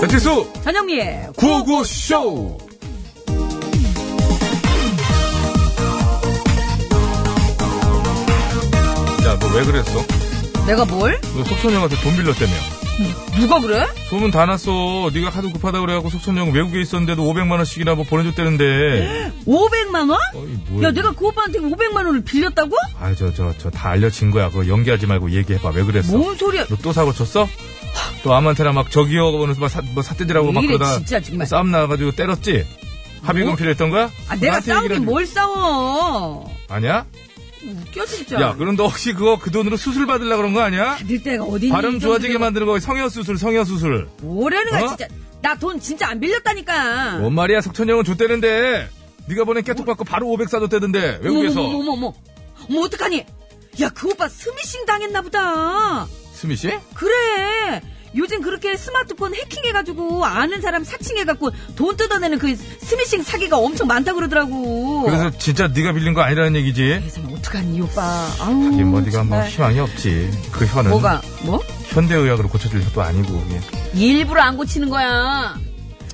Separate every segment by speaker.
Speaker 1: 배칠수
Speaker 2: 전영미의
Speaker 1: 구호구쇼 야 너 왜 그랬어?
Speaker 2: 내가 뭘?
Speaker 1: 너 속천 형한테 돈 빌렸다며
Speaker 2: 누가 그래?
Speaker 1: 소문 다 났어 네가 하도 급하다 그래갖고 속천 형 외국에 있었는데도 500만 원씩이나 뭐 보내줬다는데
Speaker 2: 500만 원?
Speaker 1: 어이 뭐야
Speaker 2: 야 내가 그 오빠한테 500만 원을 빌렸다고?
Speaker 1: 아저저 저 다 알려진 거야 그거 연기하지 말고 얘기해봐 왜 그랬어
Speaker 2: 뭔 소리야?
Speaker 1: 너 또 사고 쳤어? 또 암한테나 막 저기요 하면서 막 사, 뭐 삿대질하고 막
Speaker 2: 왜 이래
Speaker 1: 그러다
Speaker 2: 진짜 정말
Speaker 1: 싸움 나가지고 때렸지? 합의금 필요했던 거야?
Speaker 2: 아 내가
Speaker 1: 나한테 얘기를
Speaker 2: 싸우긴
Speaker 1: 하지.
Speaker 2: 뭘 싸워
Speaker 1: 아니야?
Speaker 2: 웃겨 진짜
Speaker 1: 야 그럼 너 혹시 그거 그 돈으로 수술 받으려 그런 거 아니야?
Speaker 2: 받을 때가 어디
Speaker 1: 발음 좋아지게 만드는 거 성형 수술 성형 수술
Speaker 2: 뭐라는 거야
Speaker 1: 어? 뭐
Speaker 2: 진짜 나 돈 진짜 안 빌렸다니까
Speaker 1: 뭔 말이야 석천이 형은 줬대는데 네가 보낸 깨톡 받고 바로 500 싸줬대는데 외국에서
Speaker 2: 어머머머머머 어머 어떡하니 야 그 오빠 스미싱 당했나 보다
Speaker 1: 스미 씨?
Speaker 2: 그래 요즘 그렇게 스마트폰 해킹해가지고 아는 사람 사칭해갖고 돈 뜯어내는 그 스미싱 사기가 엄청 많다 그러더라고
Speaker 1: 그래서 진짜 네가 빌린 거 아니라는 얘기지
Speaker 2: 세상에 어떡하니 이 오빠 아우
Speaker 1: 하긴 뭐 네가 뭐
Speaker 2: 음, 정말.
Speaker 1: 희망이 없지 그 혀는
Speaker 2: 뭐가 뭐?
Speaker 1: 현대의학으로 고쳐질 혀도 아니고 예.
Speaker 2: 일부러 안 고치는 거야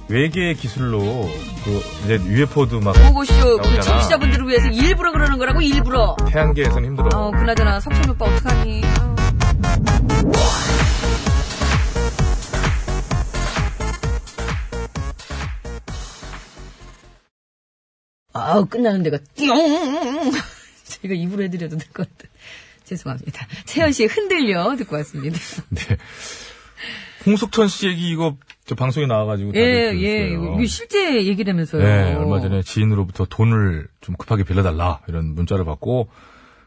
Speaker 1: 외계 기술로 그 이제 UFO도 막
Speaker 2: 보고쇼 그
Speaker 1: 나오잖아.
Speaker 2: 청취자분들을 위해서 일부러 그러는 거라고 일부러
Speaker 1: 태양계에서는 힘들어.
Speaker 2: 어 그나저나 석철 오빠 어떡하니 아우. 아우 끝나는 데가 띵 제가 입으로 해드려도 될 것 같아 죄송합니다 채연 씨의 흔들려 듣고 왔습니다
Speaker 1: 홍석천 씨 얘기 이거 저 방송에 나와가지고 다들
Speaker 2: 예예
Speaker 1: 들었어요.
Speaker 2: 이거 실제 얘기라면서요
Speaker 1: 네, 얼마 전에 지인으로부터 돈을 좀 급하게 빌려달라 이런 문자를 받고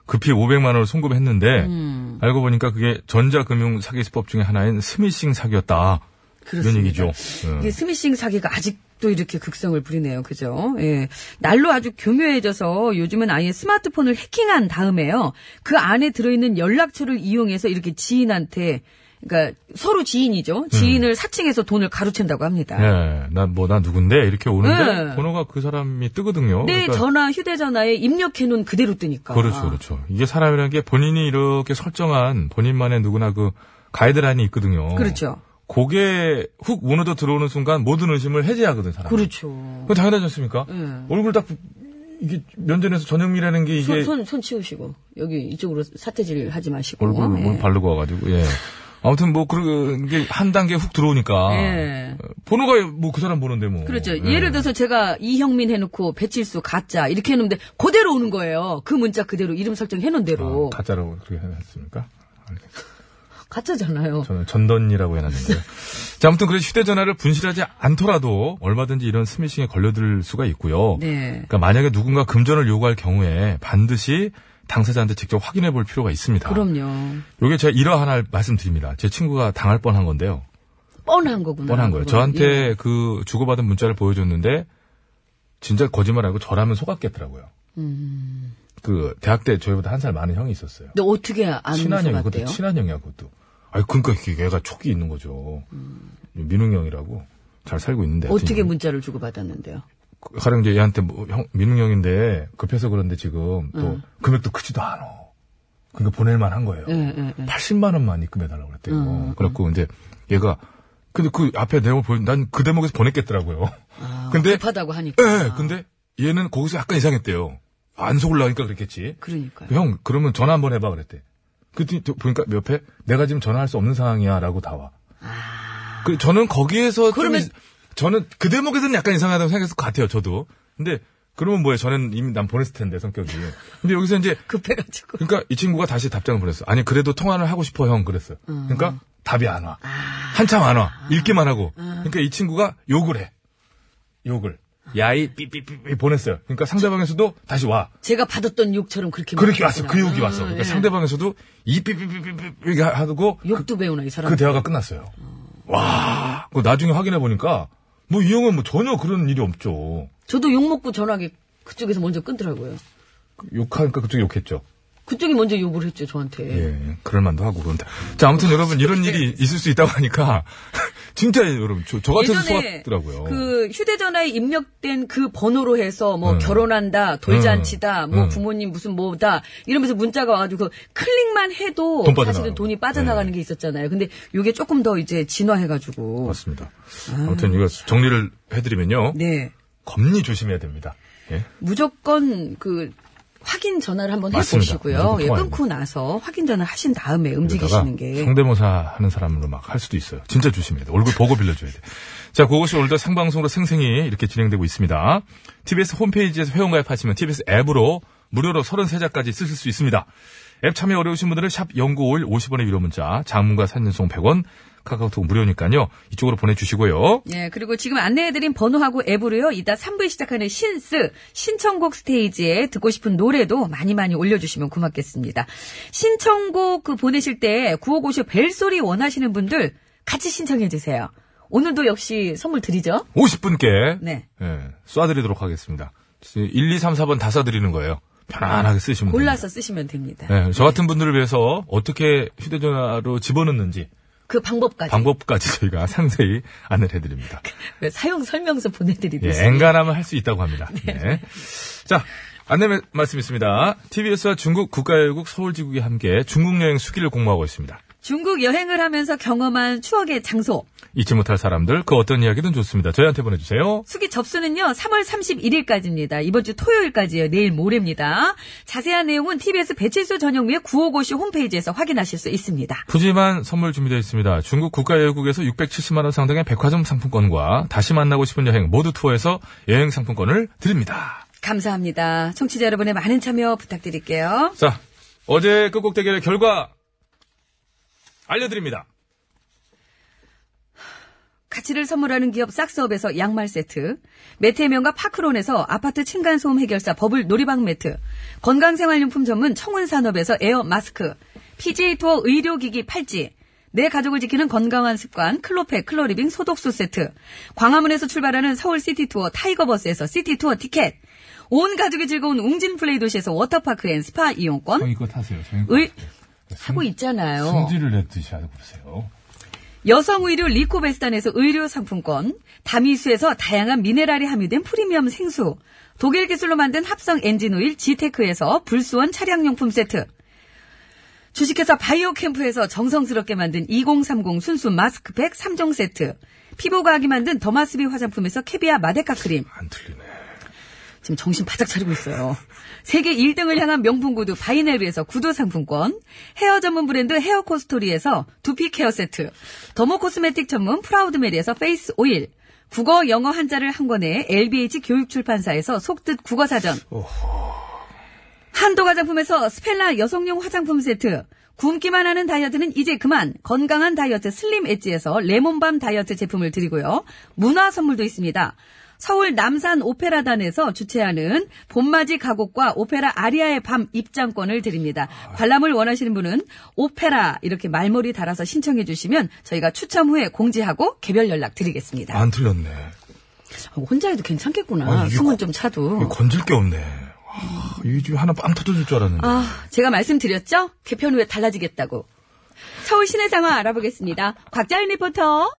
Speaker 1: 급히 500만 원을 송금했는데
Speaker 2: 음.
Speaker 1: 알고 보니까 그게 전자금융 사기 수법 중에 하나인 스미싱 사기였다
Speaker 2: 그렇습니다.
Speaker 1: 이런 얘기죠. 예.
Speaker 2: 이게 스미싱 사기가 아직도 이렇게 극성을 부리네요. 그죠? 예. 날로 아주 교묘해져서 요즘은 아예 스마트폰을 해킹한 다음에요. 그 안에 들어있는 연락처를 이용해서 이렇게 지인한테 그러니까 서로 지인이죠.
Speaker 1: 음.
Speaker 2: 지인을 사칭해서 돈을 가로챈다고 합니다.
Speaker 1: 예, 나 뭐 나 누군데 이렇게 오는데
Speaker 2: 예.
Speaker 1: 번호가 그 사람이 뜨거든요.
Speaker 2: 내
Speaker 1: 그러니까
Speaker 2: 전화 휴대전화에 입력해놓은 그대로 뜨니까.
Speaker 1: 그렇죠, 그렇죠. 이게 사람이라는 게 본인이 이렇게 설정한 본인만의 누구나 그 가이드라인이 있거든요.
Speaker 2: 그렇죠.
Speaker 1: 그게 훅 무너져 들어오는 순간 모든 의심을 해제하거든, 사람.
Speaker 2: 그렇죠.
Speaker 1: 그거 당연하지 않습니까?
Speaker 2: 예.
Speaker 1: 얼굴 딱, 부- 이게 면전에서 전영미라는 게 이게
Speaker 2: 손, 손, 손 치우시고. 여기 이쪽으로 사태질 하지 마시고.
Speaker 1: 얼굴
Speaker 2: 예.
Speaker 1: 뭘 바르고 와가지고, 예. 아무튼 뭐, 그런 게 한 단계 훅 들어오니까.
Speaker 2: 예.
Speaker 1: 번호가 뭐 그 사람 보는데 뭐.
Speaker 2: 그렇죠.
Speaker 1: 예.
Speaker 2: 예를 들어서 제가 이형민 해놓고 배칠수 가짜 이렇게 해놓는데 그대로 오는 거예요. 그 문자 그대로 이름 설정 해놓은
Speaker 1: 아,
Speaker 2: 대로
Speaker 1: 가짜라고 그렇게 해놨습니까? 알겠습니다.
Speaker 2: 가짜잖아요.
Speaker 1: 저는 전던이라고 해놨는데요. 자, 아무튼 그래 휴대전화를 분실하지 않더라도 얼마든지 이런 스미싱에 걸려들 수가 있고요.
Speaker 2: 네.
Speaker 1: 그러니까 만약에 누군가 금전을 요구할 경우에 반드시 당사자한테 직접 확인해 볼 필요가 있습니다.
Speaker 2: 그럼요.
Speaker 1: 요게 제가 일화 하나 말씀드립니다. 제 친구가 당할 뻔한 건데요.
Speaker 2: 뻔한 거구나.
Speaker 1: 뻔한 거예요.
Speaker 2: 그거는. 예.
Speaker 1: 저한테 그 주고받은 문자를 보여줬는데 진짜 거짓말 알고 저라면 속았겠더라고요. 그 대학 때 저희보다 한 살 많은 형이 있었어요.
Speaker 2: 음. 근데 어떻게 안
Speaker 1: 친한 형이
Speaker 2: 속았대요?
Speaker 1: 그것도 친한 형이야 그것도. 아니 그러니까 이게 얘가 촉이 있는 거죠. 민웅 형이라고 잘 살고 있는데.
Speaker 2: 음. 어떻게
Speaker 1: 하여튼
Speaker 2: 문자를 주고 받았는데요?
Speaker 1: 가령 이제 얘한테 뭐 형, 민웅 형인데 급해서 그런데 지금 또
Speaker 2: 음.
Speaker 1: 금액도 크지도 않아. 그러니까 보낼 만한 거예요.
Speaker 2: 예, 예, 예.
Speaker 1: 80만 원만 입금해달라고 그랬대요.
Speaker 2: 음,
Speaker 1: 그래갖고 이제 얘가 근데 그 앞에 내용을 보여 난 그 대목에서 보냈겠더라고요.
Speaker 2: 아,
Speaker 1: 근데-
Speaker 2: 급하다고 하니까.
Speaker 1: 예, 예, 근데 얘는 거기서 약간 이상했대요. 안 속으려니까 그랬겠지.
Speaker 2: 아, 그러니까요.
Speaker 1: 형, 그러면 전화 한번 해봐 그랬대. 그랬더니 또 보니까 옆에 내가 지금 전화할 수 없는 상황이야 라고 다 와. 그 저는 거기에서 좀
Speaker 2: 아. 그러면-
Speaker 1: 이- 저는 그 대목에서는 약간 이상하다고 생각했을 것 같아요, 저도. 근데 그러면 뭐예요? 저는 이미 난 보냈을 텐데 성격이. 근데 여기서 이제
Speaker 2: 급해가지고.
Speaker 1: 그러니까 이 친구가 다시 답장을 보냈어. 아니 그래도 통화를 하고 싶어 형 그랬어요. 그러니까 답이 안 와. 한참 안 와. 읽기만 하고. 그러니까 이 친구가 욕을 해. 욕을. 야이 삐삐삐삐 보냈어요. 그러니까 상대방에서도 다시 와.
Speaker 2: 제가 받았던 욕처럼 그렇게
Speaker 1: 그렇게 왔어.
Speaker 2: 말하시나.
Speaker 1: 그 욕이 왔어.
Speaker 2: 아,
Speaker 1: 그러니까
Speaker 2: 예.
Speaker 1: 상대방에서도 이 삐삐삐삐삐 하고
Speaker 2: 욕도 배우나 이 사람.
Speaker 1: 그 대화가 끝났어요. 와. 그 나중에 확인해 보니까 뭐 이 형은 뭐 전혀 그런 일이 없죠.
Speaker 2: 저도 욕 먹고 전화기 그쪽에서 먼저 끊더라고요.
Speaker 1: 욕하니까 그쪽이 욕했죠.
Speaker 2: 그쪽이 먼저 욕을 했죠 저한테. 네.
Speaker 1: 예, 그럴 만도 하고 그런데. 자, 아무튼 여러분 이런 일이 있을 수 있다고 하니까 진짜 여러분 저, 저 같아서
Speaker 2: 예전에
Speaker 1: 속았더라고요.
Speaker 2: 그 휴대전화에 입력된 그 번호로 해서 뭐
Speaker 1: 음.
Speaker 2: 결혼한다, 돌잔치다,
Speaker 1: 음.
Speaker 2: 뭐
Speaker 1: 음.
Speaker 2: 부모님 무슨 뭐다 이러면서 문자가 와가지고 그 클릭만 해도
Speaker 1: 돈 빠져나가는
Speaker 2: 사실은
Speaker 1: 거. 네.
Speaker 2: 돈이 빠져나가는 게 있었잖아요. 근데 이게 조금 더 이제 진화해가지고
Speaker 1: 맞습니다. 아무튼 이거 정리를 해드리면요.
Speaker 2: 네
Speaker 1: 겁니 조심해야 됩니다. 예.
Speaker 2: 무조건 그 확인 전화를 한번
Speaker 1: 맞습니다.
Speaker 2: 해보시고요.
Speaker 1: 무조건
Speaker 2: 예,
Speaker 1: 통화해야
Speaker 2: 끊고 나서 확인 전화 하신 다음에
Speaker 1: 그러다가
Speaker 2: 움직이시는 게
Speaker 1: 성대모사 하는 사람으로 막 할 수도 있어요. 진짜 조심해야 돼. 얼굴 보고 빌려줘야 돼. 자, 그것이 오늘도 생방송으로 생생히 이렇게 진행되고 있습니다. TBS 홈페이지에서 회원가입하시면 TBS 앱으로 무료로 33자까지 쓰실 수 있습니다. 앱 참여 어려우신 분들은 샵 0951 50원의 유료 문자, 장문과 산년송 100원, 카카오톡 무료니까요. 이쪽으로 보내주시고요.
Speaker 2: 예, 그리고 지금 안내해드린 번호하고 앱으로요, 이따 3부에 시작하는 신스, 신청곡 스테이지에 듣고 싶은 노래도 많이 많이 올려주시면 고맙겠습니다. 신청곡 그 보내실 때 구호고쇼 벨소리 원하시는 분들 같이 신청해주세요. 오늘도 역시 선물 드리죠?
Speaker 1: 50분께
Speaker 2: 네.
Speaker 1: 예, 쏴드리도록 하겠습니다. 1, 2, 3, 4번 다 쏴드리는 거예요. 편안하게 쓰시면 됩니다.
Speaker 2: 골라서 쓰시면 됩니다.
Speaker 1: 예, 저 같은 분들을 위해서 어떻게 휴대전화로 집어넣는지
Speaker 2: 그 방법까지.
Speaker 1: 방법까지 저희가 상세히 안내를 해드립니다.
Speaker 2: 왜 사용 설명서
Speaker 1: 예,
Speaker 2: 보내드리듯이.
Speaker 1: 엔간하면 할 수 있다고 합니다. 네. 자, 안내 마- 말씀 있습니다. TBS와 중국 국가교육 서울지국이 함께 중국 여행 수기를 공모하고 있습니다.
Speaker 2: 중국 여행을 하면서 경험한 추억의 장소.
Speaker 1: 잊지 못할 사람들, 그 어떤 이야기든 좋습니다. 저희한테 보내주세요.
Speaker 2: 수기 접수는요, 3월 31일까지입니다. 이번 주 토요일까지예요. 내일 모레입니다. 자세한 내용은 TBS 배칠수 전용미의 955시 홈페이지에서 확인하실 수 있습니다.
Speaker 1: 푸짐한 선물 준비되어 있습니다. 중국 국가여행국에서 670만원 상당의 백화점 상품권과 다시 만나고 싶은 여행 모두 투어에서 여행 상품권을 드립니다.
Speaker 2: 감사합니다. 청취자 여러분의 많은 참여 부탁드릴게요.
Speaker 1: 자, 어제 끝곡 대결의 결과 알려드립니다.
Speaker 2: 가치를 선물하는 기업 싹스업에서 양말 세트, 매태명과 파크론에서 아파트 층간소음 해결사 버블 놀이방 매트, 건강생활용품 전문 청운산업에서 에어 마스크, PJ 투어 의료기기 팔찌, 내 가족을 지키는 건강한 습관 클로페 클로리빙 소독수 세트, 광화문에서 출발하는 서울 시티 투어 타이거 버스에서 시티 투어 티켓, 온 가족이 즐거운 웅진 플레이 도시에서 워터파크 앤 스파 이용권,
Speaker 1: 이거 타세요. 네,
Speaker 2: 의 하고 있잖아요.
Speaker 1: 해드시 하고 그러세요.
Speaker 2: 여성 의류 리코베스탄에서 의류 상품권, 다미수에서 다양한 미네랄이 함유된 프리미엄 생수, 독일 기술로 만든 합성 엔진 오일 지테크에서 불수원 차량용품 세트, 주식회사 바이오 캠프에서 정성스럽게 만든 2030 순수 마스크팩 3종 세트, 피부과학이 만든 더마스비 화장품에서 캐비아 마데카 크림,
Speaker 1: 안 틀리네.
Speaker 2: 지금 정신 바짝 차리고 있어요. 세계 1등을 향한 명품 구두 바이네르에서 구두 상품권, 헤어 전문 브랜드 헤어 코스토리에서 두피 케어 세트, 더모 코스메틱 전문 프라우드메리에서 페이스 오일, 국어 영어 한자를 한 권에 LBH 교육출판사에서 속뜻 국어사전, 한도 화장품에서 스펠라 여성용 화장품 세트, 굶기만 하는 다이어트는 이제 그만 건강한 다이어트 슬림 엣지에서 레몬밤 다이어트 제품을 드리고요. 문화 선물도 있습니다. 서울 남산 오페라단에서 주최하는 봄맞이 가곡과 오페라 아리아의 밤 입장권을 드립니다. 관람을 원하시는 분은 오페라 이렇게 말머리 달아서 신청해 주시면 저희가 추첨 후에 공지하고 개별 연락 드리겠습니다. 아,
Speaker 1: 안 틀렸네.
Speaker 2: 혼자 해도 괜찮겠구나.
Speaker 1: 아. 아니, 이거-
Speaker 2: 숨은 좀 차도.
Speaker 1: 이거 건질 게 없네. 아, 이 집에 하나 빵 터져줄 줄 알았는데.
Speaker 2: 아, 제가 말씀드렸죠? 개편 후에 달라지겠다고. 서울 시내 상황 알아보겠습니다. 곽자연 리포터.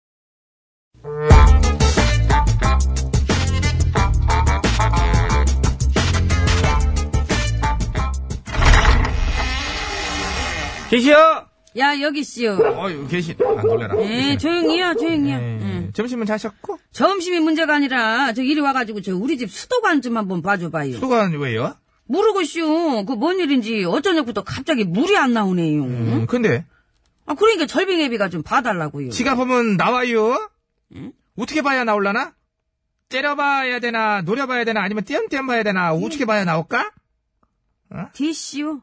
Speaker 1: 계시요!
Speaker 2: 야, 여기 씨요.
Speaker 1: 어유, 계시. 안 놀래라. 네.
Speaker 2: 예, 조용히요, 조용히요.
Speaker 3: 네.
Speaker 2: 예.
Speaker 1: 점심은 자셨고?
Speaker 2: 점심이 문제가 아니라, 저 이리 와가지고, 저 우리 집 수도관 좀 한번 봐줘봐요.
Speaker 1: 수건 왜요?
Speaker 2: 모르고 씨요. 그 뭔 일인지 어쩌냐부터 갑자기 물이 안 나오네요.
Speaker 1: 음, 근데,
Speaker 2: 아, 그러니까 절빙애비가 좀 봐달라고요.
Speaker 1: 지가 보면 나와요?
Speaker 2: 음?
Speaker 1: 어떻게 봐야 나올라나? 째려봐야 되나, 노려봐야 되나, 아니면 띄엄띄엄 봐야 되나,
Speaker 2: 음.
Speaker 1: 어떻게 봐야 나올까?
Speaker 2: 디씨요.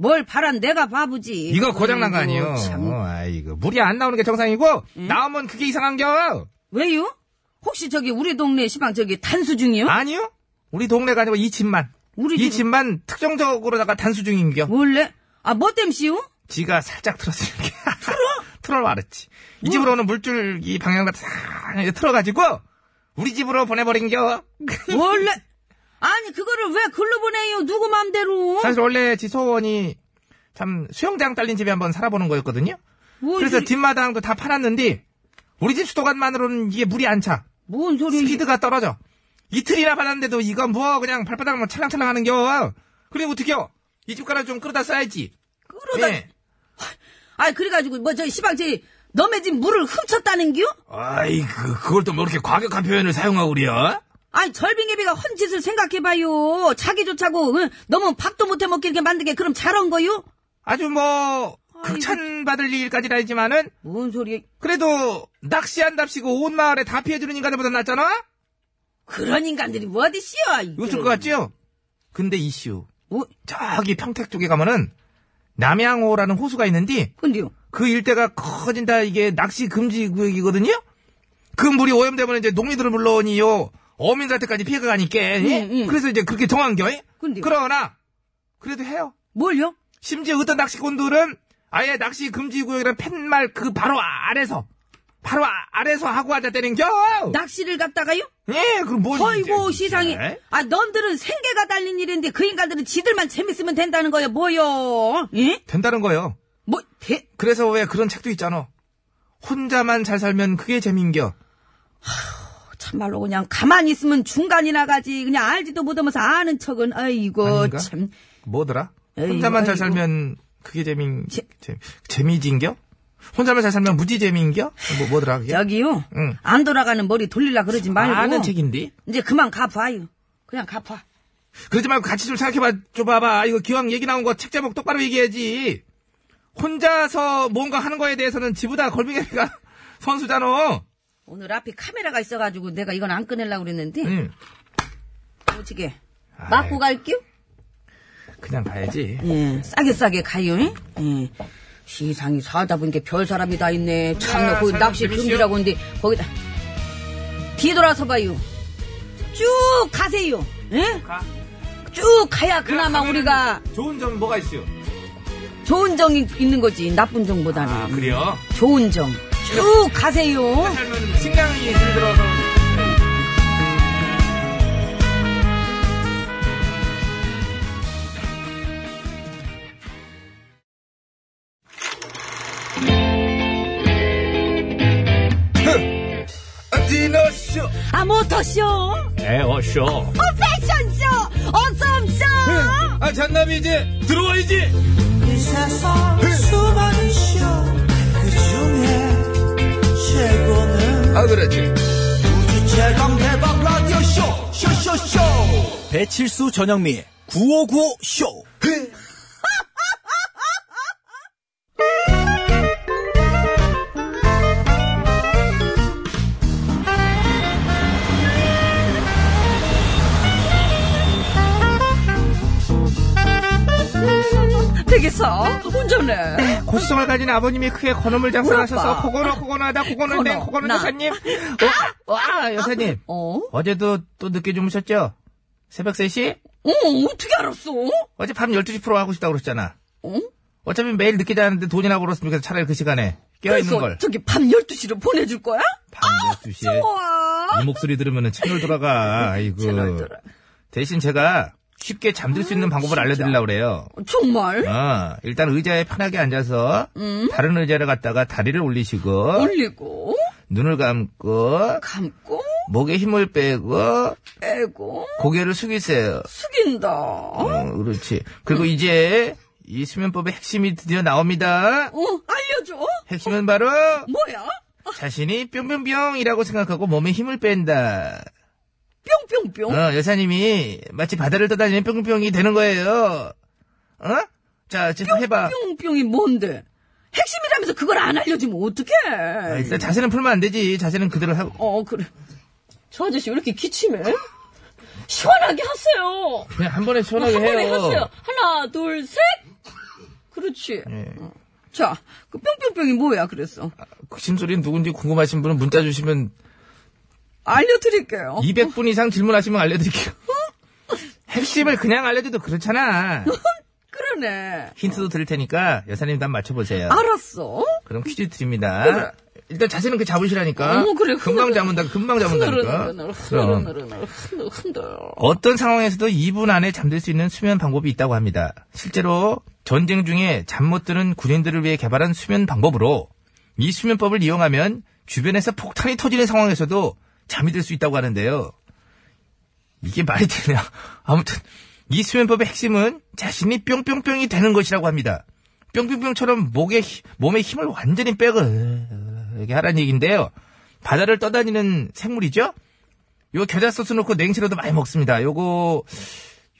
Speaker 2: 뭘 바란 내가 바보지.
Speaker 3: 이거 고장난 거
Speaker 2: 아이고,
Speaker 3: 아니에요?
Speaker 2: 참.
Speaker 3: 어, 아이고 물이 안 나오는 게 정상이고 나오면 그게 이상한겨.
Speaker 2: 왜요? 혹시 저기 우리 동네 시방 저기 단수 중이요?
Speaker 3: 아니요? 우리 동네가 아니고 이 집만.
Speaker 2: 우리
Speaker 3: 이
Speaker 2: 집-
Speaker 3: 집만 특정적으로다가 단수 중인겨.
Speaker 2: 원래? 아, 뭐 땜시우?
Speaker 3: 지가 살짝 틀었으니까. 틀어? 틀어 말았지. 이 집으로 오는 물줄기 방향을 싹 이렇게 틀어가지고 우리 집으로 보내버린겨.
Speaker 2: 원래? 그 아니, 그거를 왜 글로 보내요? 누구 맘대로?
Speaker 3: 사실 원래 지 소원이 참 수영장 딸린 집에 한번 살아보는 거였거든요.
Speaker 2: 뭐
Speaker 3: 그래서
Speaker 2: 이리-
Speaker 3: 뒷마당도 다 팔았는데
Speaker 1: 우리 집 수도관만으로는 이게 물이 안 차.
Speaker 2: 뭔 소리야. 이게.
Speaker 1: 스피드가 떨어져. 이틀이나 받았는데도 이건 뭐 그냥 발바닥만 찰랑찰랑 하는 겨. 그리고 어떡해요. 이 집가라 좀 끌어다 싸야지.
Speaker 2: 끌어다.
Speaker 1: 예.
Speaker 2: 아, 그래가지고, 뭐, 저, 시방, 저, 너네 집 물을 훔쳤다는 겨?
Speaker 1: 아이 그, 그걸 또 뭐 이렇게 과격한 표현을 사용하고 그래요?
Speaker 2: 아니, 절빙예비가 헌짓을 생각해봐요. 자기 좋자고, 응? 너무 밥도 못해 먹게 이렇게 만들게, 그럼 잘한 거요?
Speaker 1: 아주 뭐 극찬받을 일까지는 아니지만은
Speaker 2: 뭔 소리야.
Speaker 1: 그래도 낚시한답시고 온 마을에 다 피해주는 인간들보다 낫잖아?
Speaker 2: 그런 인간들이 뭐 어디 씨야.
Speaker 1: 웃을 것 같지요? 근데 이슈
Speaker 2: 어,
Speaker 1: 저기 평택 쪽에 가면은 남양호라는 호수가 있는데
Speaker 2: 근데요.
Speaker 1: 그 일대가 커진다 이게 낚시 금지 구역이거든요? 그 물이 오염되면 이제 농민들은 물론이요 어민들한테까지 피해가 가니까 예?
Speaker 2: 응, 응.
Speaker 1: 그래서 이제 그렇게 정한 겨 예?
Speaker 2: 근데요?
Speaker 1: 그러나 그래도 해요
Speaker 2: 뭘요?
Speaker 1: 심지어 어떤 낚시꾼들은 아예 낚시 금지 구역이라는 팻말 그 바로 아래서 바로 아- 아래서 하고 앉았다는 겨.
Speaker 2: 낚시를 갔다가요?
Speaker 1: 예, 그럼 뭐?
Speaker 2: 어이고
Speaker 1: 이제,
Speaker 2: 시상에
Speaker 1: 예?
Speaker 2: 아 넌들은 생계가 달린 일인데 그 인간들은 지들만 재밌으면 된다는 거야 뭐요? 예?
Speaker 1: 된다는 거요.
Speaker 2: 뭐 대?
Speaker 1: 그래서 왜 그런 책도 있잖아. 혼자만 잘 살면 그게 재민겨.
Speaker 2: 참말로 그냥 가만히 있으면 중간이 나가지 그냥 알지도 못하면서 아는 척은 아이고
Speaker 1: 아닌가?
Speaker 2: 참
Speaker 1: 뭐더라?
Speaker 2: 에이,
Speaker 1: 혼자만 잘
Speaker 2: 아이고.
Speaker 1: 살면 그게 재민
Speaker 2: 재-
Speaker 1: 재 재미진겨? 혼자만 잘 살면 무지 재민겨? 뭐 뭐더라 그게?
Speaker 2: 여기요
Speaker 1: 응.
Speaker 2: 안 돌아가는 머리 돌리려 그러지 말고
Speaker 1: 아는 책인데.
Speaker 2: 이제 그만 가봐요 그냥 가봐
Speaker 1: 그러지 말고 같이 좀 생각해봐, 좀 봐봐. 이거 기왕 얘기 나온 거 책 제목 똑바로 얘기해야지. 혼자서 뭔가 하는 거에 대해서는 지보다 걸빙애가 선수잖아.
Speaker 2: 오늘 앞에 카메라가 있어가지고 내가 이건 안 꺼내려고 그랬는데
Speaker 1: 응.
Speaker 2: 오지게 맞고 갈게요
Speaker 1: 그냥 가야지.
Speaker 2: 예, 싸게 싸게 가요. 예? 예. 시상이 살다 보니까 별 사람이 다 있네. 참나, 거기
Speaker 1: 살다
Speaker 2: 낚시
Speaker 1: 재밌지요?
Speaker 2: 금지라고 하는데, 거기다. 뒤돌아서 봐요. 쭉 가세요. 예?
Speaker 1: 가.
Speaker 2: 쭉 가야 그나마 우리가
Speaker 1: 좋은 점 뭐가 있어요?
Speaker 2: 좋은 정이 있는 거지. 나쁜 정보다는.
Speaker 1: 아, 그래요?
Speaker 2: 좋은 정. 쭉 가세요.
Speaker 1: 살면 식량이 들들어서. 디너쇼!
Speaker 2: 아, 모터쇼.
Speaker 4: 에어쇼.
Speaker 2: 어, 패션쇼. 어썸쇼.
Speaker 1: 아, 잔남이 이제 들어와야지!
Speaker 5: 이 세상 수많은 쇼그 중에 최고는
Speaker 1: 아, 그렇지.
Speaker 5: 우주 최강 대박 라디오 쇼 쇼쇼쇼
Speaker 6: 배칠수 전영미 9595 쇼.
Speaker 1: 네.
Speaker 2: 되겠어. 운전해. 어?
Speaker 1: 고수성을 가진 아버님이 크게 건어물 장사하셔서
Speaker 2: 울었다.
Speaker 1: 고고노 고고노하다 고고노 땡
Speaker 2: 고노,
Speaker 1: 고고노
Speaker 2: 나.
Speaker 1: 여사님 와, 와 여사님
Speaker 2: 어?
Speaker 1: 어제도 또 늦게 주무셨죠? 새벽 3시?
Speaker 2: 어, 어떻게 알았어?
Speaker 1: 어제 밤 12시 프로 하고 싶다고 그러셨잖아
Speaker 2: 어?
Speaker 1: 어차피 매일 늦게 자는데 돈이나 벌었으면 그래서 차라리 그 시간에
Speaker 2: 그래서
Speaker 1: 깨어있는 걸 네.
Speaker 2: 저기 밤 12시로 보내줄 거야?
Speaker 1: 밤 12시에
Speaker 2: 좋아.
Speaker 1: 이 목소리 들으면 채널 돌아가 아이고
Speaker 2: 뭐. 채널 돌아. 음,
Speaker 1: 대신 제가 쉽게 잠들 수 있는 방법을 알려드리려고 그래요
Speaker 2: 정말?
Speaker 1: 어, 일단 의자에 편하게 앉아서
Speaker 2: 음?
Speaker 1: 다른 의자를 갖다가 다리를 올리시고
Speaker 2: 올리고,
Speaker 1: 눈을 감고
Speaker 2: 감고,
Speaker 1: 목에 힘을 빼고
Speaker 2: 빼고,
Speaker 1: 고개를 숙이세요.
Speaker 2: 숙인다.
Speaker 1: 어, 그렇지. 그리고 이제 이 수면법의 핵심이 드디어 나옵니다.
Speaker 2: 어, 알려줘.
Speaker 1: 핵심은 바로
Speaker 2: 뭐야?
Speaker 1: 자신이 뿅뿅뿅이라고 생각하고 몸에 힘을 뺀다.
Speaker 2: 뿅뿅뿅.
Speaker 1: 어, 여사님이 마치 바다를 떠다니는 뿅뿅뿅이 되는 거예요. 어? 자, 지금 해봐.
Speaker 2: 뿅뿅이 뭔데? 핵심이라면서 그걸 안 알려주면
Speaker 1: 아,
Speaker 2: 어떡해.
Speaker 1: 일단 자세는 풀면 안 되지. 자세는 그대로 하고.
Speaker 2: 어, 그래. 저 아저씨 왜 이렇게 기침해? 시원하게 하세요.
Speaker 1: 그냥 한 번에 시원하게
Speaker 2: 한 번에
Speaker 1: 해요.
Speaker 2: 하세요. 하나, 둘, 셋. 그렇지.
Speaker 1: 예.
Speaker 2: 자, 그 뿅뿅뿅이 뭐야, 그랬어.
Speaker 1: 그 심소리는 누군지 궁금하신 분은 문자 주시면
Speaker 2: 알려드릴게요.
Speaker 1: 200분 이상 질문하시면 알려드릴게요. 핵심을 그냥 알려줘도 그렇잖아.
Speaker 2: 그러네.
Speaker 1: 힌트도 드릴 테니까 여사님도 한번 맞춰보세요.
Speaker 2: 알았어.
Speaker 1: 그럼 퀴즈 드립니다. 일단 자세는 그 잡으시라니까.
Speaker 2: 어머, 그래.
Speaker 1: 금방 잡는다. 금방 잡는다니까.
Speaker 2: 흔들흔들,
Speaker 1: 그럼
Speaker 2: 흔들흔들, 흔들흔들.
Speaker 1: 어떤 상황에서도 2분 안에 잠들 수 있는 수면 방법이 있다고 합니다. 실제로 전쟁 중에 잠 못 드는 군인들을 위해 개발한 수면 방법으로 이 수면법을 이용하면 주변에서 폭탄이 터지는 상황에서도 잠이 들 수 있다고 하는데요. 이게 말이 되냐? 아무튼 이 수면법의 핵심은 자신이 뿅뿅뿅이 되는 것이라고 합니다. 뿅뿅뿅처럼 목에 힘- 몸에 힘을 완전히 빼고 이렇게 하라는 얘기인데요. 바다를 떠다니는 생물이죠. 요 겨자 소스 넣고 냉채로도 많이 먹습니다. 요거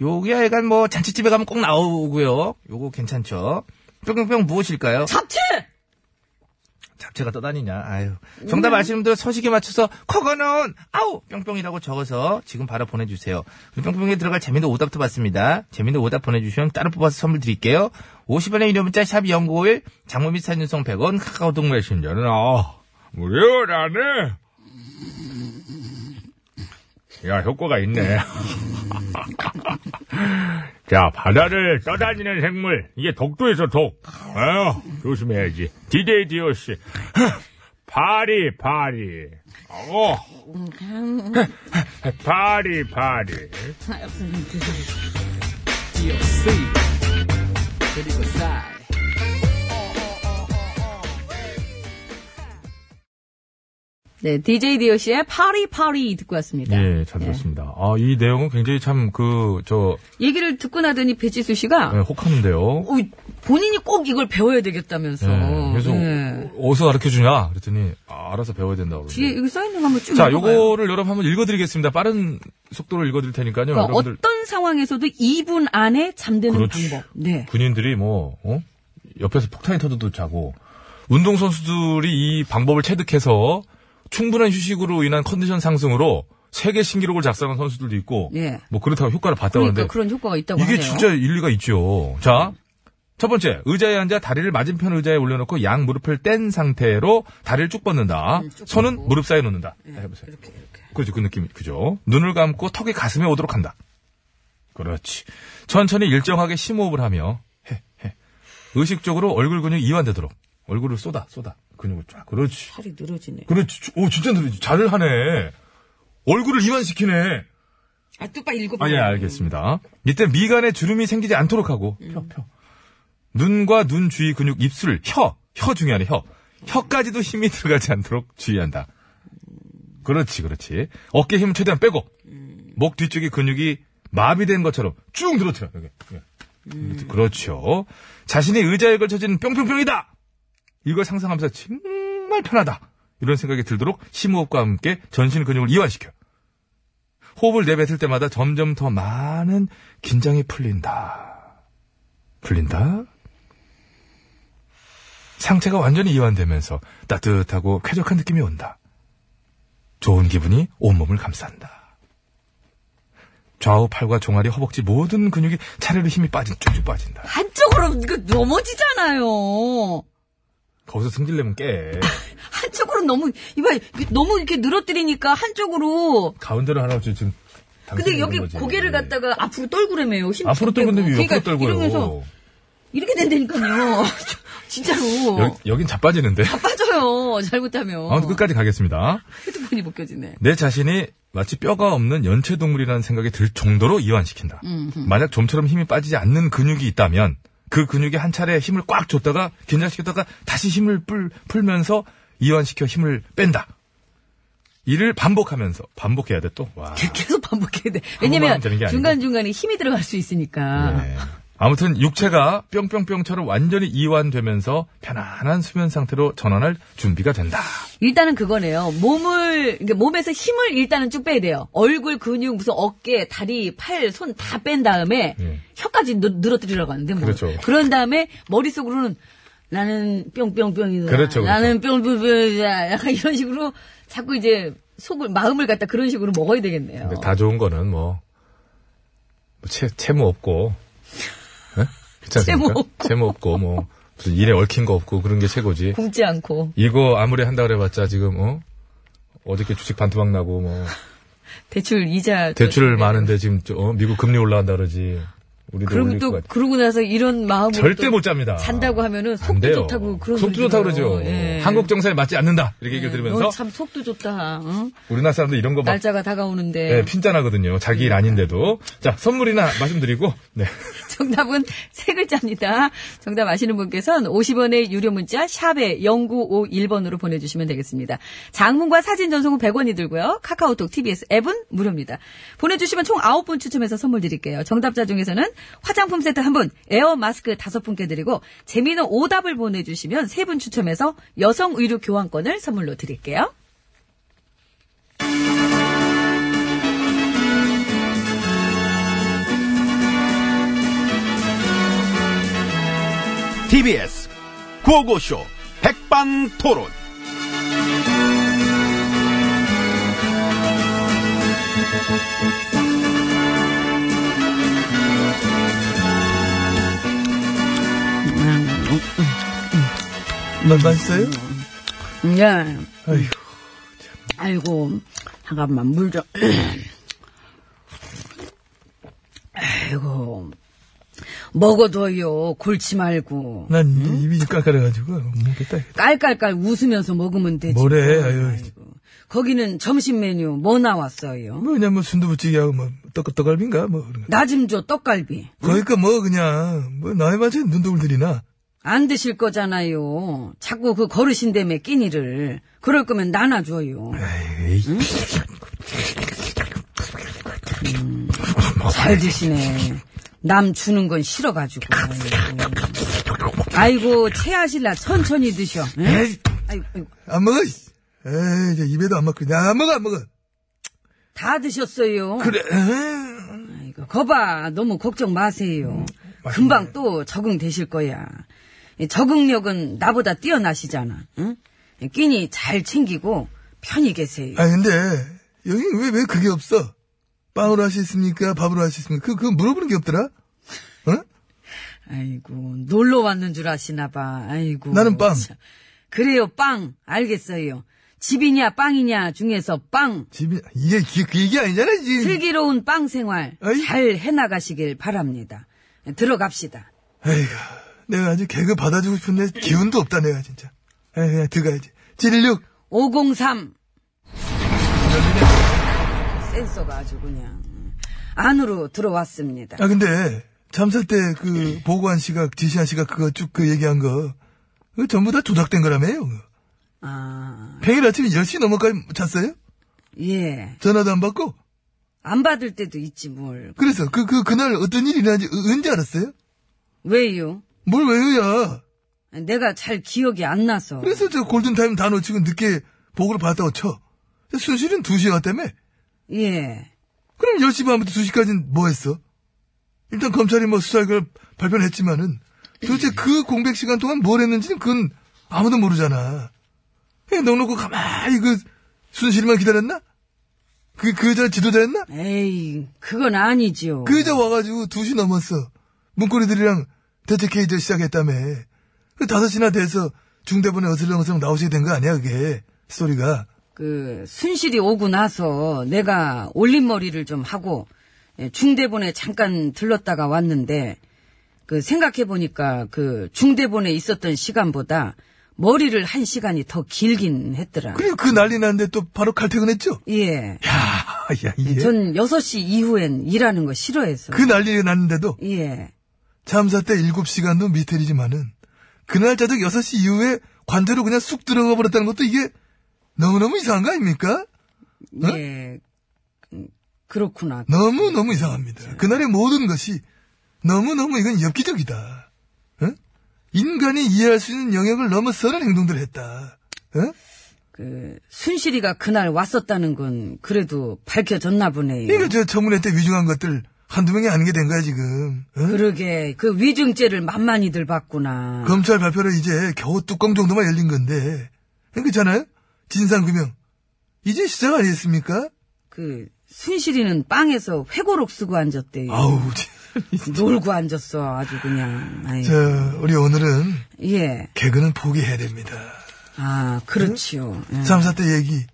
Speaker 1: 요게 약간 뭐 잔치집에 가면 꼭 나오고요. 요거 괜찮죠. 뿅뿅뿅 무엇일까요?
Speaker 2: 잡채!
Speaker 1: 잡채가 떠다니냐. 아유. 정답 아시는 분들 서식에 맞춰서 커거는 아우 뿅뿅이라고 적어서 지금 바로 보내주세요. 그 뿅뿅에 들어갈 재미있는 오답도 받습니다. 재미있는 오답 보내주시면 따로 뽑아서 선물 드릴게요. 50원의 유료 문자 샵 0951, 장모 및 사진송 100원, 카카오톡 메신저는 아 무료라네.
Speaker 4: 야, 효과가 있네. 자, 바다를 떠다니는 생물. 이게 독도에서 독. 아유, 조심해야지. DJ 디오씨. 파리, 파리. 어. 파리, 파리.
Speaker 2: 네, DJ 디오 씨의 파리 파리 듣고 왔습니다.
Speaker 4: 예, 잘 들었습니다. 아, 이 내용은 굉장히 참, 그, 저,
Speaker 2: 얘기를 듣고 나더니 배지수 씨가
Speaker 4: 예, 혹한데요.
Speaker 2: 어, 본인이 꼭 이걸 배워야 되겠다면서.
Speaker 4: 예, 그래서,
Speaker 2: 예.
Speaker 4: 어디서 가르쳐 주냐? 그랬더니, 아, 알아서 배워야 된다고.
Speaker 2: 뒤에
Speaker 4: 그러더니.
Speaker 2: 여기 써 있는 거 한번 쭉.
Speaker 4: 자,
Speaker 2: 읽어봐요.
Speaker 4: 요거를 여러분 한번 읽어드리겠습니다. 빠른 속도로 읽어드릴 테니까요.
Speaker 2: 그러니까
Speaker 4: 여러분들.
Speaker 2: 어떤 상황에서도 2분 안에 잠드는
Speaker 4: 그렇지.
Speaker 2: 방법. 네.
Speaker 4: 군인들이 뭐 어? 옆에서 폭탄이 터져도 자고 운동 선수들이 이 방법을 체득해서 충분한 휴식으로 인한 컨디션 상승으로 세계 신기록을 작성한 선수들도 있고
Speaker 2: 예.
Speaker 4: 뭐 그렇다고 효과를 봤다고
Speaker 2: 그러니까
Speaker 4: 하는데
Speaker 2: 그런 효과가 있다고
Speaker 4: 이게
Speaker 2: 하네요.
Speaker 4: 진짜 일리가 있죠. 자. 첫 번째, 의자에 앉아 다리를 맞은편 의자에 올려놓고 양 무릎을 뗀 상태로 다리를 쭉 뻗는다.
Speaker 2: 네, 쭉
Speaker 4: 손은
Speaker 2: 뻗고. 네.
Speaker 4: 무릎 사이에 놓는다. 해보세요.
Speaker 2: 이렇게 이렇게.
Speaker 4: 그렇죠. 그 느낌, 그죠. 눈을 감고 턱이 가슴에 오도록 한다. 그렇지. 천천히 일정하게 심호흡을 하며, 해, 해. 의식적으로 얼굴 근육이 이완되도록. 얼굴을 쏟아, 쏟아. 근육을 쫙. 그렇지.
Speaker 2: 팔이 늘어지네.
Speaker 4: 그렇지. 주- 오, 진짜 늘리지. 잘 하네. 얼굴을 이완시키네.
Speaker 2: 아, 뚜빠 읽어봐.
Speaker 4: 아, 예, 알겠습니다. 이때 미간에 주름이 생기지 않도록 하고, 펴, 펴. 눈과 눈 주위 근육, 입술, 혀, 혀 중요하네, 혀. 혀까지도 힘이 들어가지 않도록 주의한다. 그렇지, 그렇지. 어깨 힘을 최대한 빼고, 목 뒤쪽의 근육이 마비된 것처럼 쭉 늘어뜨려, 여기. 여기. 그렇죠. 자신이 의자에 걸쳐진 뿅뿅뿅이다! 이걸 상상하면서 정말 편하다. 이런 생각이 들도록 심호흡과 함께 전신 근육을 이완시켜. 호흡을 내뱉을 때마다 점점 더 많은 긴장이 풀린다. 풀린다. 상체가 완전히 이완되면서 따뜻하고 쾌적한 느낌이 온다. 좋은 기분이 온몸을 감싼다. 좌우 팔과 종아리, 허벅지 모든 근육이 차례로 힘이 빠진 쭉쭉 빠진다.
Speaker 2: 한쪽으로 이거 넘어지잖아요.
Speaker 4: 거기서 승질내면 깨.
Speaker 2: 한쪽으로 너무 이봐 이게 너무 이렇게 늘어뜨리니까 한쪽으로.
Speaker 4: 가운데로 하라고 지금 당신이
Speaker 2: 근데
Speaker 4: 있는
Speaker 2: 여기
Speaker 4: 거지. 예.
Speaker 2: 고개를 갖다가 앞으로 떨구래매요. 힘
Speaker 4: 앞으로
Speaker 2: 쭉 빼고.
Speaker 4: 떨군데 왜
Speaker 2: 그러니까
Speaker 4: 옆으로 떨고요?
Speaker 2: 이러면서 이렇게 된다니까요. 진짜로 아,
Speaker 4: 여, 여긴 자빠지는데.
Speaker 2: 빠져요. 잘못하면.
Speaker 4: 아무튼 그러니까 끝까지 가겠습니다.
Speaker 2: 헤드폰이 벗겨지네.
Speaker 4: 내 자신이 마치 뼈가 없는 연체동물이라는 생각이 들 정도로 이완시킨다. 만약 좀처럼 힘이 빠지지 않는 근육이 있다면 그 근육에 한 차례 힘을 꽉 줬다가 긴장시켰다가 다시 힘을 풀, 풀면서 이완시켜 힘을 뺀다. 이를 반복하면서 반복해야 돼 또. 와.
Speaker 2: 계속 반복해야 돼.
Speaker 4: 번만
Speaker 2: 왜냐면
Speaker 4: 하면 되는 게 아니고.
Speaker 2: 중간중간에 힘이 들어갈 수 있으니까.
Speaker 4: 네. 아무튼 육체가 뿅뿅뿅처럼 완전히 이완되면서 편안한 수면 상태로 전환할 준비가 된다.
Speaker 2: 일단은 그거네요. 몸을, 그러니까 몸에서 힘을 일단은 쭉 빼야 돼요. 얼굴 근육, 무슨 어깨, 다리, 팔, 손 다 뺀 다음에
Speaker 4: 예.
Speaker 2: 혀까지 늘- 늘어뜨리려고 하는데 뭐.
Speaker 4: 그렇죠.
Speaker 2: 런 다음에 머릿속으로는 나는 뿅뿅뿅이다.
Speaker 4: 그렇죠, 그렇죠.
Speaker 2: 나는 뿅뿅뿅이다. 약간 이런 식으로 자꾸 이제 속을, 마음을 갖다 그런 식으로 먹어야 되겠네요.
Speaker 4: 근데 다 좋은 거는 뭐, 뭐 채, 채무 없고, 예? 그렇지
Speaker 2: 채무
Speaker 4: 않습니까?
Speaker 2: 없고.
Speaker 4: 채무 없고, 뭐, 무슨 일에 얽힌 거 없고, 그런 게 최고지.
Speaker 2: 굶지 않고
Speaker 4: 이거 아무리 한다 그래봤자 지금, 어? 어저께 주식 반토막 나고, 뭐,
Speaker 2: 대출 이자
Speaker 4: 대출 많은데 지금, 저, 어? 미국 금리 올라간다 그러지. 우리도
Speaker 7: 네. 그럼
Speaker 4: 올릴
Speaker 7: 또
Speaker 4: 것 같아요.
Speaker 7: 그러고 나서 이런 마음으로
Speaker 4: 절대
Speaker 7: 또
Speaker 4: 못 잡니다.
Speaker 7: 잔다고 하면은
Speaker 4: 안
Speaker 7: 속도
Speaker 4: 돼요.
Speaker 7: 좋다고 그런
Speaker 4: 속도
Speaker 7: 소리
Speaker 4: 좋다
Speaker 7: 들어요.
Speaker 4: 그러죠.
Speaker 7: 예.
Speaker 4: 한국 정서에 맞지 않는다 이렇게 얘기를 들으면서
Speaker 7: 넌참 속도 좋다. 응?
Speaker 4: 우리나라 사람들 이런 거막
Speaker 7: 날짜가 다가오는데
Speaker 4: 예, 핀짠하거든요. 자기 일 아닌데도. 자, 선물이나 말씀드리고, 네.
Speaker 7: 정답은 세 글자입니다. 정답 아시는 분께서는 50원의 유료 문자 샵에 0951번으로 보내주시면 되겠습니다. 장문과 사진 전송은 100원이 들고요. 카카오톡, TBS 앱은 무료입니다. 보내주시면 총 9분 추첨해서 선물 드릴게요. 정답자 중에서는 화장품 세트 1분, 에어 마스크 5분께 드리고 재미있는 오답을 보내주시면 3분 추첨해서 여성 의류 교환권을 선물로 드릴게요.
Speaker 8: TBS 구호고쇼 백반토론.
Speaker 9: 말 맛있어요?
Speaker 2: 네. 아이고, 잠깐만, 물 좀. 아이고, 먹어둬요. 골치 말고.
Speaker 9: 난 입이 깎아가지고 못 먹겠다.
Speaker 2: 깔깔깔 웃으면서 먹으면 되지.
Speaker 9: 뭐래, 아유.
Speaker 2: 아이고. 거기는 점심 메뉴 뭐 나왔어요?
Speaker 9: 뭐 그냥 뭐 순두부찌개하고 뭐 떡, 떡갈비인가 뭐 그런 거.
Speaker 2: 나 좀 줘, 떡갈비.
Speaker 9: 그러니까 뭐 그냥 뭐 나이 맞은 눈독을 들이나.
Speaker 2: 안 드실 거잖아요. 자꾸 그 거르신데매 끼니를. 그럴 거면 나눠줘요. 음, 잘 드시네. 남 주는 건 싫어가지고. 아이고, 체하실라 천천히 드셔. 응?
Speaker 9: 에이,
Speaker 2: 아이고, 아이고.
Speaker 9: 안 먹어. 이씨. 에이, 이제 입에도 안 맞고. 나안 먹어, 안 먹어.
Speaker 2: 다 드셨어요.
Speaker 9: 그래.
Speaker 2: 이거 거봐 너무 걱정 마세요.
Speaker 9: 음,
Speaker 2: 금방 또 적응되실 거야. 이 적응력은 나보다 뛰어나시잖아. 응? 끼니 잘 챙기고 편히 계세요.
Speaker 9: 아 근데 여기 왜 왜 그게 없어? 빵으로 하셨습니까? 밥으로 하셨습니까? 그, 그거 물어보는 게 없더라? 어?
Speaker 2: 아이고 놀러 왔는 줄 아시나 봐. 아이고
Speaker 9: 나는 빵.
Speaker 2: 참. 그래요 빵 알겠어요. 집이냐 빵이냐 중에서 빵
Speaker 9: 집이, 이게, 이게 그 얘기 아니잖아, 지금.
Speaker 2: 슬기로운 빵 생활
Speaker 9: 아이.
Speaker 2: 잘 해나가시길 바랍니다. 들어갑시다.
Speaker 9: 아이고, 내가 아주 개그 받아주고 싶은데 기운도 없다, 내가 진짜. 아 그냥 들어가야지. 716!
Speaker 2: 503. 센서가 아주 그냥 안으로 들어왔습니다.
Speaker 9: 아, 근데, 잠살 때 그, 보고한 씨가, 지시한 씨가 그거 쭉 그 얘기한 거, 그거 전부 다 조작된 거라며요. 그거.
Speaker 2: 아,
Speaker 9: 평일 아침 10시 넘어까지 잤어요?
Speaker 2: 예.
Speaker 9: 전화도 안 받고?
Speaker 2: 안 받을 때도 있지 뭘.
Speaker 9: 그래서, 그, 그, 그날 어떤 일이 일어난지, 어- 언제 알았어요?
Speaker 2: 왜요?
Speaker 9: 뭘 왜요,야.
Speaker 2: 내가 잘 기억이 안 나서.
Speaker 9: 그래서 저 골든타임 다 놓치고 늦게 보고를 받았다고 쳐. 순실은 2시에 왔다며?
Speaker 2: 예.
Speaker 9: 그럼 10시 반부터 2시까지는 뭐 했어? 일단 검찰이 뭐 수사 결 발표를 했지만은 도대체 그 공백 시간 동안 뭘 했는지는 그건 아무도 모르잖아. 그냥 넉넉히 가만히 그 순실이만 기다렸나? 그, 그 여자 지도자였나?
Speaker 2: 에이, 그건 아니죠.
Speaker 9: 그 여자 와가지고 2시 넘었어. 문고리들이랑 대책 회의 저 시작했다며. 그 5시나 돼서 중대본에 어슬렁어슬렁 나오시게 된 거 아니야, 그게. 스토리가.
Speaker 2: 그 순실이 오고 나서 내가 올림머리를 좀 하고 예, 중대본에 잠깐 들렀다가 왔는데 그 생각해 보니까 그 중대본에 있었던 시간보다 머리를 한 시간이 더 길긴 했더라.
Speaker 9: 그리고 그 난리 났는데 또 바로 칼퇴근했죠?
Speaker 2: 예.
Speaker 9: 아, 야, 이게.
Speaker 2: 전 6시 이후엔 일하는 거 싫어해서.
Speaker 9: 그 난리가 났는데도
Speaker 2: 예.
Speaker 9: 참사 때 7시간도 미스터리지만은 그날 저녁 6시 이후에 관제로 그냥 쑥 들어가 버렸다는 것도 이게 너무너무 이상한 거 아닙니까?
Speaker 2: 예. 음, 그렇구나.
Speaker 9: 너무너무 이상합니다.
Speaker 2: 그렇죠.
Speaker 9: 그날의 모든 것이 너무너무 이건 엽기적이다. 응? 인간이 이해할 수 있는 영역을 넘어서는 행동들을 했다. 응?
Speaker 2: 그 순실이가 그날 왔었다는 건 그래도 밝혀졌나 보네요.
Speaker 9: 그러니까 저 청문회 때 위중한 것들 한두 명이 아는 게 된 거야 지금. 응?
Speaker 2: 그러게 그 위증죄를 만만히들 받구나.
Speaker 9: 검찰 발표를 이제 겨우 뚜껑 정도만 열린 건데 그렇잖아요? 진상규명 이제 시작 아니겠습니까?
Speaker 2: 그 순실이는 빵에서 회고록 쓰고 앉았대요.
Speaker 9: 아우 참.
Speaker 2: 놀고 앉았어 아주 그냥. 아이.
Speaker 9: 자 우리 오늘은
Speaker 2: 예.
Speaker 9: 개그는 포기해야 됩니다
Speaker 2: 아 그렇지요. 예.
Speaker 9: 삼사 때 얘기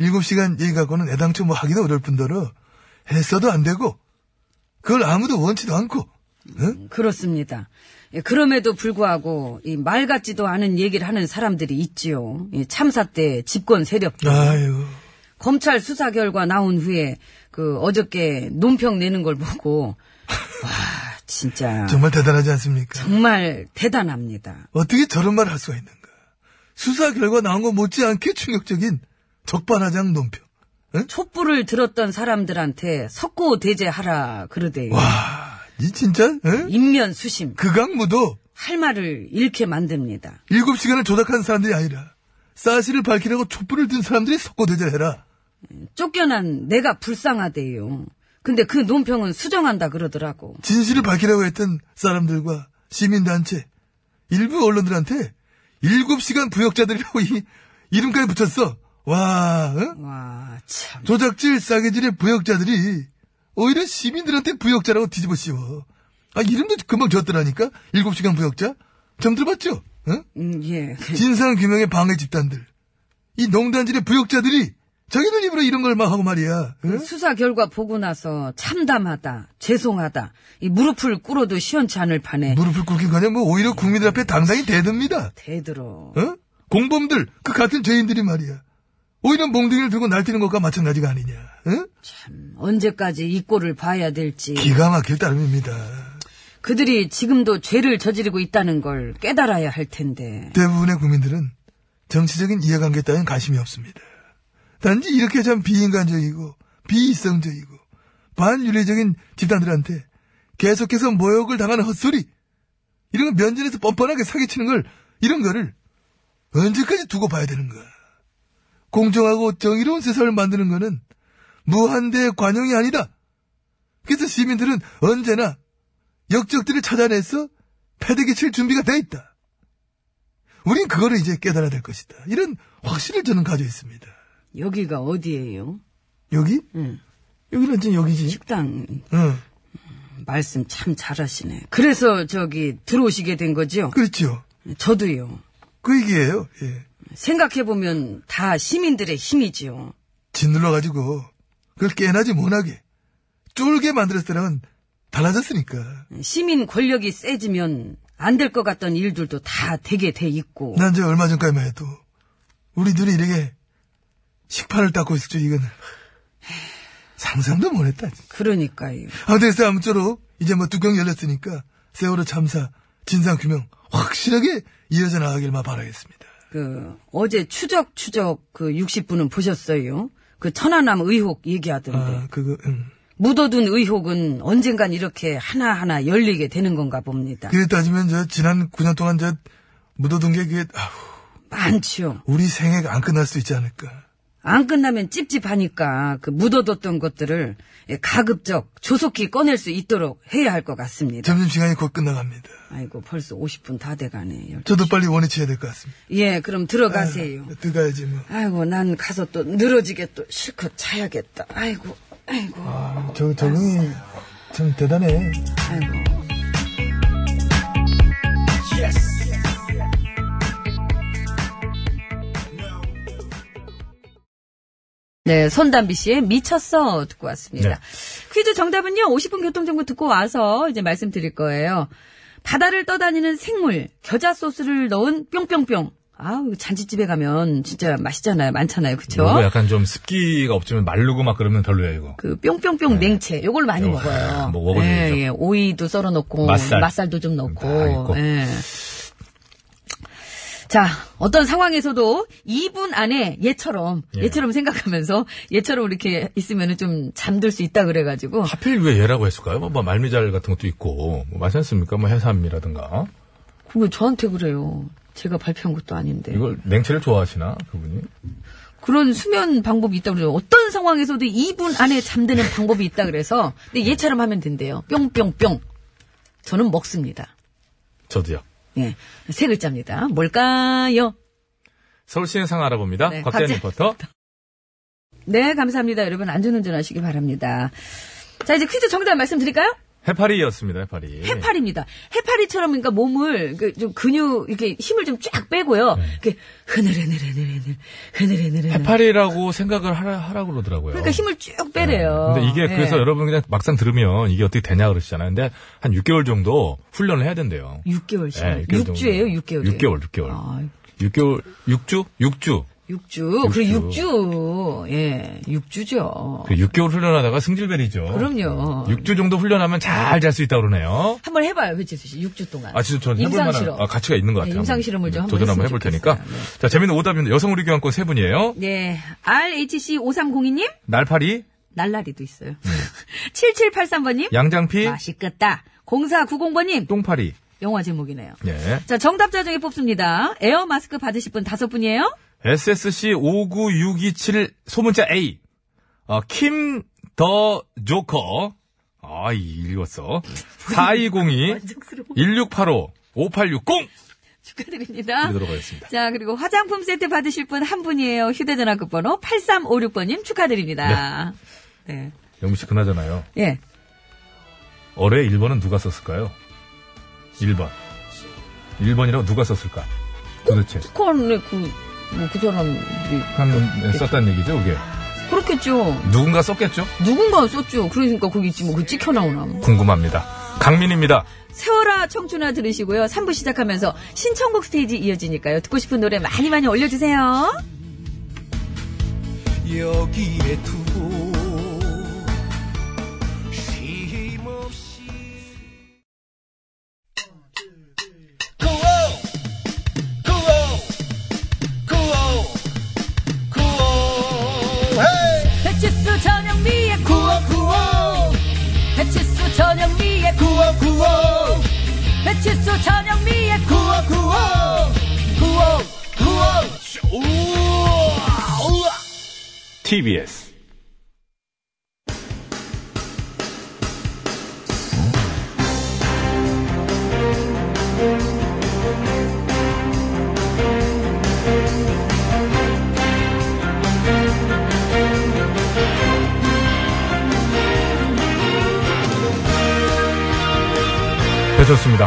Speaker 9: 7시간 얘기 갖고는 애당초 뭐 하기도 어려울 뿐더러 했어도 안 되고 그걸 아무도 원치도 않고
Speaker 2: 그렇습니다. 예, 그럼에도 불구하고 이 말 같지도 않은 얘기를 하는 사람들이 있지요. 이 참사 때 집권 세력들.
Speaker 9: 아유.
Speaker 2: 검찰 수사 결과 나온 후에 그 어저께 논평 내는 걸 보고 와 진짜
Speaker 9: 정말 대단하지 않습니까?
Speaker 2: 정말 대단합니다.
Speaker 9: 어떻게 저런 말 할 수가 있는가. 수사 결과 나온 거 못지않게 충격적인 적반하장 논평.
Speaker 2: 촛불을 들었던 사람들한테 석고 대제하라 그러대요.
Speaker 9: 와, 이 진짜, 응?
Speaker 2: 인면 수심
Speaker 9: 그 강무도
Speaker 2: 할 말을 잃게 만듭니다.
Speaker 9: 일곱 시간을 조작한 사람들이 아니라 사실을 밝히려고 촛불을 든 사람들이 석고대제해라.
Speaker 2: 쫓겨난 내가 불쌍하대요. 근데 그 논평은 수정한다 그러더라고.
Speaker 9: 진실을 밝히려고 했던 사람들과 시민단체, 일부 언론들한테 일곱 시간 부역자들이라고 이, 이름까지 붙였어. 와, 응?
Speaker 2: 와 참.
Speaker 9: 조작질 싸개질의 부역자들이 오히려 시민들한테 부역자라고 뒤집어 씌워. 아, 이름도 금방 지었더라니까? 일곱 시간 부역자? 점 들어봤죠? 응?
Speaker 2: 음, 예.
Speaker 9: 진상규명의 방해 집단들. 이 농단질의 부역자들이 자기들 입으로 이런 걸 막 하고 말이야. 응?
Speaker 2: 그 수사 결과 보고 나서 참담하다, 죄송하다, 이 무릎을 꿇어도 시원치 않을 판에
Speaker 9: 무릎을 꿇긴 가냐, 뭐, 오히려 국민들 앞에 당당히 대듭니다.
Speaker 2: 대들어.
Speaker 9: 어? 공범들, 그 같은 죄인들이 말이야. 오히려 몽둥이를 들고 날뛰는 것과 마찬가지가 아니냐. 응?
Speaker 2: 언제까지 이 꼴을 봐야 될지
Speaker 9: 기가 막힐 따름입니다.
Speaker 2: 그들이 지금도 죄를 저지르고 있다는 걸 깨달아야 할 텐데.
Speaker 9: 대부분의 국민들은 정치적인 이해관계 따윈 관심이 없습니다. 단지 이렇게 참 비인간적이고 비이성적이고 반윤리적인 집단들한테 계속해서 모욕을 당하는 헛소리 이런 거 면전에서 뻔뻔하게 사기치는 걸 이런 거를 언제까지 두고 봐야 되는가 공정하고 정의로운 세상을 만드는 거는 무한대 관용이 아니다 그래서 시민들은 언제나 역적들을 찾아내서 패대기 칠 준비가 돼 있다 우린 그거를 이제 깨달아야 될 것이다 이런 확신을 저는 가지고 있습니다
Speaker 2: 여기가 어디예요?
Speaker 9: 여기?
Speaker 2: 응.
Speaker 9: 여기는 지금 여기지. 어,
Speaker 2: 식당
Speaker 9: 응.
Speaker 2: 말씀 참 잘하시네. 그래서 저기 들어오시게 된 거죠?
Speaker 9: 그렇죠.
Speaker 2: 저도요.
Speaker 9: 그 얘기예요. 예.
Speaker 2: 생각해보면 다 시민들의 힘이지요.
Speaker 9: 짓눌러가지고 그걸 깨나지 못하게 쫄게 만들었을 때랑은 달라졌으니까.
Speaker 2: 뭐. 시민 권력이 세지면 안 될 것 같던 일들도 다 되게 돼 있고.
Speaker 9: 난 이제 얼마 전까지만 해도 우리 눈이 이렇게 식판을 닦고 있을 줄 이건 상상도 못했다. 진짜.
Speaker 2: 그러니까요.
Speaker 9: 아무튼 글쎄, 아무쪼록 이제 뭐 뚜껑 열렸으니까 세월호 참사 진상규명 확실하게 이어져 나가길만 바라겠습니다.
Speaker 2: 그 어제 추적 추적 그 60분은 보셨어요? 그 천안함 의혹 얘기하던데.
Speaker 9: 아 그거 음.
Speaker 2: 묻어둔 의혹은 언젠간 이렇게 하나하나 열리게 되는 건가 봅니다.
Speaker 9: 그래 따지면 저 지난 9년 동안 저 묻어둔 게 그게 아우
Speaker 2: 많지요.
Speaker 9: 우리 생애가 안 끝날 수 있지 않을까.
Speaker 2: 안 끝나면 찝찝하니까 그 묻어뒀던 것들을 가급적 조속히 꺼낼 수 있도록 해야 할 것 같습니다.
Speaker 9: 점심시간이 곧 끝나갑니다.
Speaker 2: 아이고 벌써 50분 다 돼가네.
Speaker 9: 저도 빨리 원위치해야 될 것 같습니다.
Speaker 2: 예, 그럼 들어가세요.
Speaker 9: 아, 들어가야지 뭐.
Speaker 2: 아이고 난 가서 또 늘어지게 또 실컷 자야겠다. 아이고, 아이고,
Speaker 9: 아, 저, 적응이 참 대단해.
Speaker 2: 아이고. 네, 손담비 씨의 미쳤어 듣고 왔습니다. 퀴즈 정답은요, 50분 교통정보 듣고 와서 이제 말씀드릴 거예요. 바다를 떠다니는 생물, 겨자 소스를 넣은 뿅뿅뿅. 아우, 잔치집에 가면 진짜 맛있잖아요. 많잖아요. 그쵸?
Speaker 4: 네.
Speaker 9: 이거 약간 좀 습기가 없지만 말르고 막 그러면 별로예요, 이거.
Speaker 2: 그 뿅뿅뿅 냉채 요걸 많이
Speaker 9: 요거,
Speaker 2: 먹어요.
Speaker 9: 네. 아, 뭐 먹어도
Speaker 2: 예,
Speaker 9: 되죠.
Speaker 2: 예, 오이도 썰어 넣고
Speaker 9: 맛살.
Speaker 2: 도좀
Speaker 9: 다
Speaker 2: 넣고.
Speaker 9: 있고.
Speaker 2: 예. 자, 어떤 상황에서도 2분 안에 얘처럼
Speaker 9: 예.
Speaker 2: 얘처럼 생각하면서 얘처럼 이렇게 있으면은 좀 잠들 수 있다 그래 가지고
Speaker 9: 하필 왜 얘라고 했을까요? 뭐, 뭐 말미잘 같은 것도 있고, 뭐, 맞지 않습니까? 뭐, 해삼이라든가.
Speaker 2: 그거 저한테 그래요. 제가 발표한 것도 아닌데.
Speaker 9: 이걸 냉채를 좋아하시나, 그분이?
Speaker 2: 그런 수면 방법이 있다고 그래요. 어떤 상황에서도 2분 안에 잠드는 방법이 있다 그래서 근데 얘처럼 하면 된대요. 뿅뿅뿅. 저는 먹습니다.
Speaker 9: 저도요.
Speaker 2: 예. 세 글자입니다. 뭘까요?
Speaker 9: 서울시내 상황 알아봅니다.
Speaker 2: 네,
Speaker 9: 곽재현
Speaker 2: 곽재-
Speaker 9: 리포터.
Speaker 2: 네, 감사합니다. 여러분 안전운전 하시기 바랍니다. 자, 이제 퀴즈 정답 말씀드릴까요?
Speaker 4: 해파리였습니다, 해파리.
Speaker 2: 해파리입니다. 해파리처럼 그러니까 몸을 그 좀 근육 이렇게 힘을 좀 쫙 빼고요. 이렇게 흐느르느르느르느 흐느르느르.
Speaker 4: 네. 해파리라고 생각을 하라, 하라 그러더라고요.
Speaker 2: 그러니까 힘을 쭉 빼래요.
Speaker 4: 네. 근데 이게
Speaker 2: 예.
Speaker 4: 그래서 여러분 그냥 막상 들으면 이게 어떻게 되냐 그러시잖아요. 근데 한 6개월 정도 훈련을 해야 된대요.
Speaker 2: 6개월씩.
Speaker 4: 예, 육개월
Speaker 2: 육 6주예요,
Speaker 4: 정도.
Speaker 2: 6개월이에요.
Speaker 4: 육개월, 육개월.
Speaker 2: 아,
Speaker 4: 6개월, 6주? 6주.
Speaker 2: 6주. 그리고
Speaker 4: 육주.
Speaker 2: 6주. 예, 6주죠.
Speaker 4: 그 6개월 훈련하다가 승질배리죠.
Speaker 2: 그럼요.
Speaker 4: 6주 정도 훈련하면 잘 잘 수 있다고 그러네요.
Speaker 2: 한번 해봐요, 배치수 씨. 6주 동안.
Speaker 4: 아, 진짜 전 해볼
Speaker 2: 임상실험.
Speaker 4: 만한 아, 가치가 있는 것
Speaker 2: 네,
Speaker 4: 같아요.
Speaker 2: 임상실험을 좀 한번
Speaker 4: 도전 한번 해볼
Speaker 2: 했으면
Speaker 4: 테니까.
Speaker 2: 좋겠어요.
Speaker 4: 자, 재밌는 오답입니다. 여성 우리 교환권 세 분이에요.
Speaker 2: 네. RHC5302님?
Speaker 4: 날파리,
Speaker 2: 날라리도 있어요. 7783번님? 예.
Speaker 4: 양장피,
Speaker 2: 아, 맛있겠다. 0490번님?
Speaker 4: 똥파리.
Speaker 2: 영화 제목이네요.
Speaker 4: 예.
Speaker 2: 자, 정답자 중에 뽑습니다. 에어 마스크 받으실 분 다섯 분이에요?
Speaker 4: SSC59627 소문자 A. 어, 킴, 더, 조커. 아, 이 읽었어. 4202, 1685, 5860!
Speaker 2: 축하드립니다.
Speaker 4: 들어가겠습니다
Speaker 2: 자, 그리고 화장품 세트 받으실 분 한 분이에요. 휴대전화 끝번호 8356번님 축하드립니다. 네.
Speaker 4: 영미 씨, 그나저나요.
Speaker 2: 예.
Speaker 4: 올해 1번은 누가 썼을까요? 1번. 1번이라고 누가 썼을까? 도대체.
Speaker 2: 북한의 그, 뭐, 그 사람들이.
Speaker 4: 북한 썼다는 얘기죠, 그게.
Speaker 2: 그렇겠죠.
Speaker 4: 누군가 썼겠죠?
Speaker 2: 누군가 썼죠. 그러니까 거기 있지, 뭐, 그 찍혀나오나. 뭐.
Speaker 4: 궁금합니다. 강민입니다.
Speaker 2: 세월아 청춘아 들으시고요. 3부 시작하면서 신청곡 스테이지 이어지니까요. 듣고 싶은 노래 많이 많이 올려주세요.
Speaker 5: 여기에 두고 쉼없이 구호 구호 구호 구호 헤이!
Speaker 2: 배치수 전영미의
Speaker 5: 구호 구호
Speaker 2: 배치수 전영미의
Speaker 5: 구호 구호
Speaker 2: 배치수 전영미의
Speaker 5: 구호 구호 구호 구호 쇼! 우와! 우와!
Speaker 4: TBS. 배쳤습니다.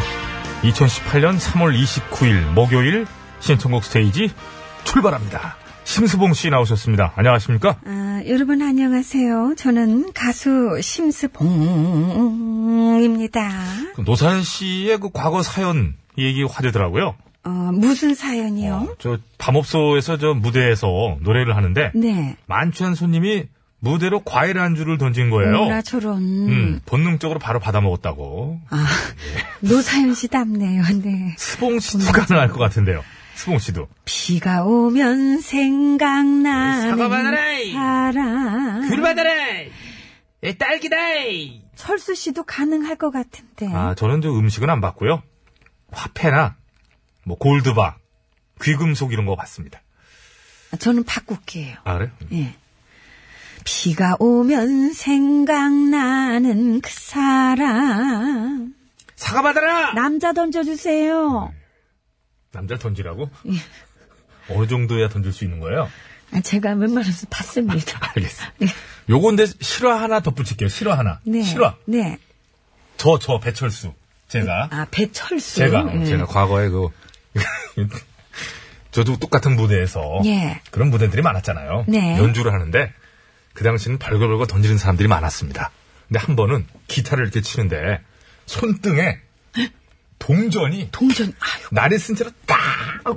Speaker 4: 2018년 3월 29일 목요일 신청곡 스테이지 출발합니다. 심수봉 씨 나오셨습니다. 안녕하십니까?
Speaker 10: 아, 여러분 안녕하세요. 저는 가수 심스봉입니다.
Speaker 4: 그 노산 씨의 그 과거 사연 얘기 화제더라고요.
Speaker 10: 어, 무슨
Speaker 1: 어.
Speaker 10: 사연이요?
Speaker 4: 저 밤업소에서 저 무대에서 노래를 하는데
Speaker 10: 네.
Speaker 4: 만취한 손님이 무대로 과일 안주를 던진 거예요.
Speaker 10: 뭐라 저런.
Speaker 4: 음, 본능적으로 바로 받아 먹었다고.
Speaker 10: 아, 노사연 씨 답네요. 네.
Speaker 4: 스봉 씨도 가능할 것 같은데요. 스봉 씨도.
Speaker 10: 비가 오면 생각나는
Speaker 1: 사과 바나라이.
Speaker 10: 사람.
Speaker 1: 귤바다래! 예, 딸기다이!
Speaker 10: 철수 씨도 가능할 것 같은데.
Speaker 4: 아, 저는 저 음식은 안 봤고요. 화폐나 뭐 골드바, 귀금속 이런 거 봤습니다.
Speaker 10: 저는 바꿀게요.
Speaker 4: 아, 그래요?
Speaker 10: 예. 비가 오면 생각나는 그 사람.
Speaker 1: 사과 받아라!
Speaker 10: 남자 던져주세요.
Speaker 4: 남자를 던지라고?
Speaker 10: 예.
Speaker 4: 어느 정도야 던질 수 있는 거예요?
Speaker 10: 아, 제가 웬만해서 봤습니다.
Speaker 4: 알겠습니다. 요건데 실화 하나 덧붙일게요. 실화 하나.
Speaker 10: 네.
Speaker 4: 실화.
Speaker 10: 네.
Speaker 4: 저, 저, 배철수. 제가.
Speaker 10: 아, 배철수.
Speaker 4: 제가.
Speaker 2: 네.
Speaker 10: 예.
Speaker 4: 제가 과거에 그. 저도 똑같은 무대에서.
Speaker 10: 예.
Speaker 4: 그런 무대들이 많았잖아요.
Speaker 10: 네.
Speaker 4: 연주를 하는데. 그 당시는 발걸발걸 던지는 사람들이 많았습니다. 근데 한 번은 기타를 이렇게 치는데 손등에 동전이
Speaker 2: 동전, 아유,
Speaker 4: 날이 쓴 채로 딱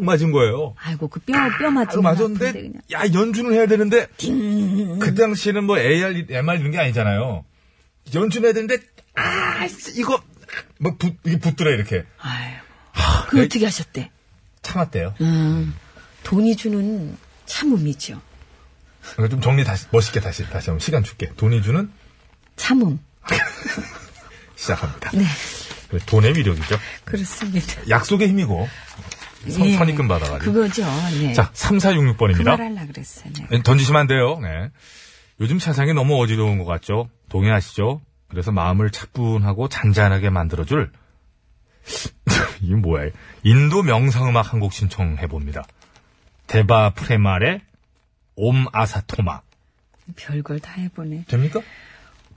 Speaker 4: 맞은 거예요.
Speaker 2: 아이고, 그 뼈, 뼈
Speaker 4: 딱
Speaker 2: 맞은
Speaker 4: 맞았는데,
Speaker 2: 그냥.
Speaker 4: 야, 연주는 해야 되는데, 그 당시에는 뭐 AR, MR 이런 게 아니잖아요. 연주는 해야 되는데, 아, 이거, 뭐, 붙, 이게 붙더래, 이렇게.
Speaker 2: 아이고. 그 어떻게 하셨대? 음.
Speaker 4: 참았대요.
Speaker 2: 돈이 주는 참음이죠.
Speaker 4: 그러니까 좀 정리 다시, 멋있게 다시, 다시 한번 시간 줄게. 돈이 주는
Speaker 2: 참음. 네.
Speaker 4: 시작합니다. 돈의 위력이죠.
Speaker 2: 그렇습니다.
Speaker 4: 약속의 힘이고, 선,
Speaker 2: 예.
Speaker 4: 선입금 받아가지고.
Speaker 2: 그거죠. 네.
Speaker 4: 자, 3466번입니다. 예,
Speaker 2: 말하려 그랬어요. 네.
Speaker 4: 던지시면 안 돼요. 네. 요즘 세상이 너무 어지러운 것 같죠? 동의하시죠? 그래서 마음을 차분하고 잔잔하게 만들어줄 이게 뭐야? 인도 명상음악 한 곡 신청해 봅니다. 데바 프레말의 옴 아사토마
Speaker 2: 별걸 다 해보네.
Speaker 4: 됩니까?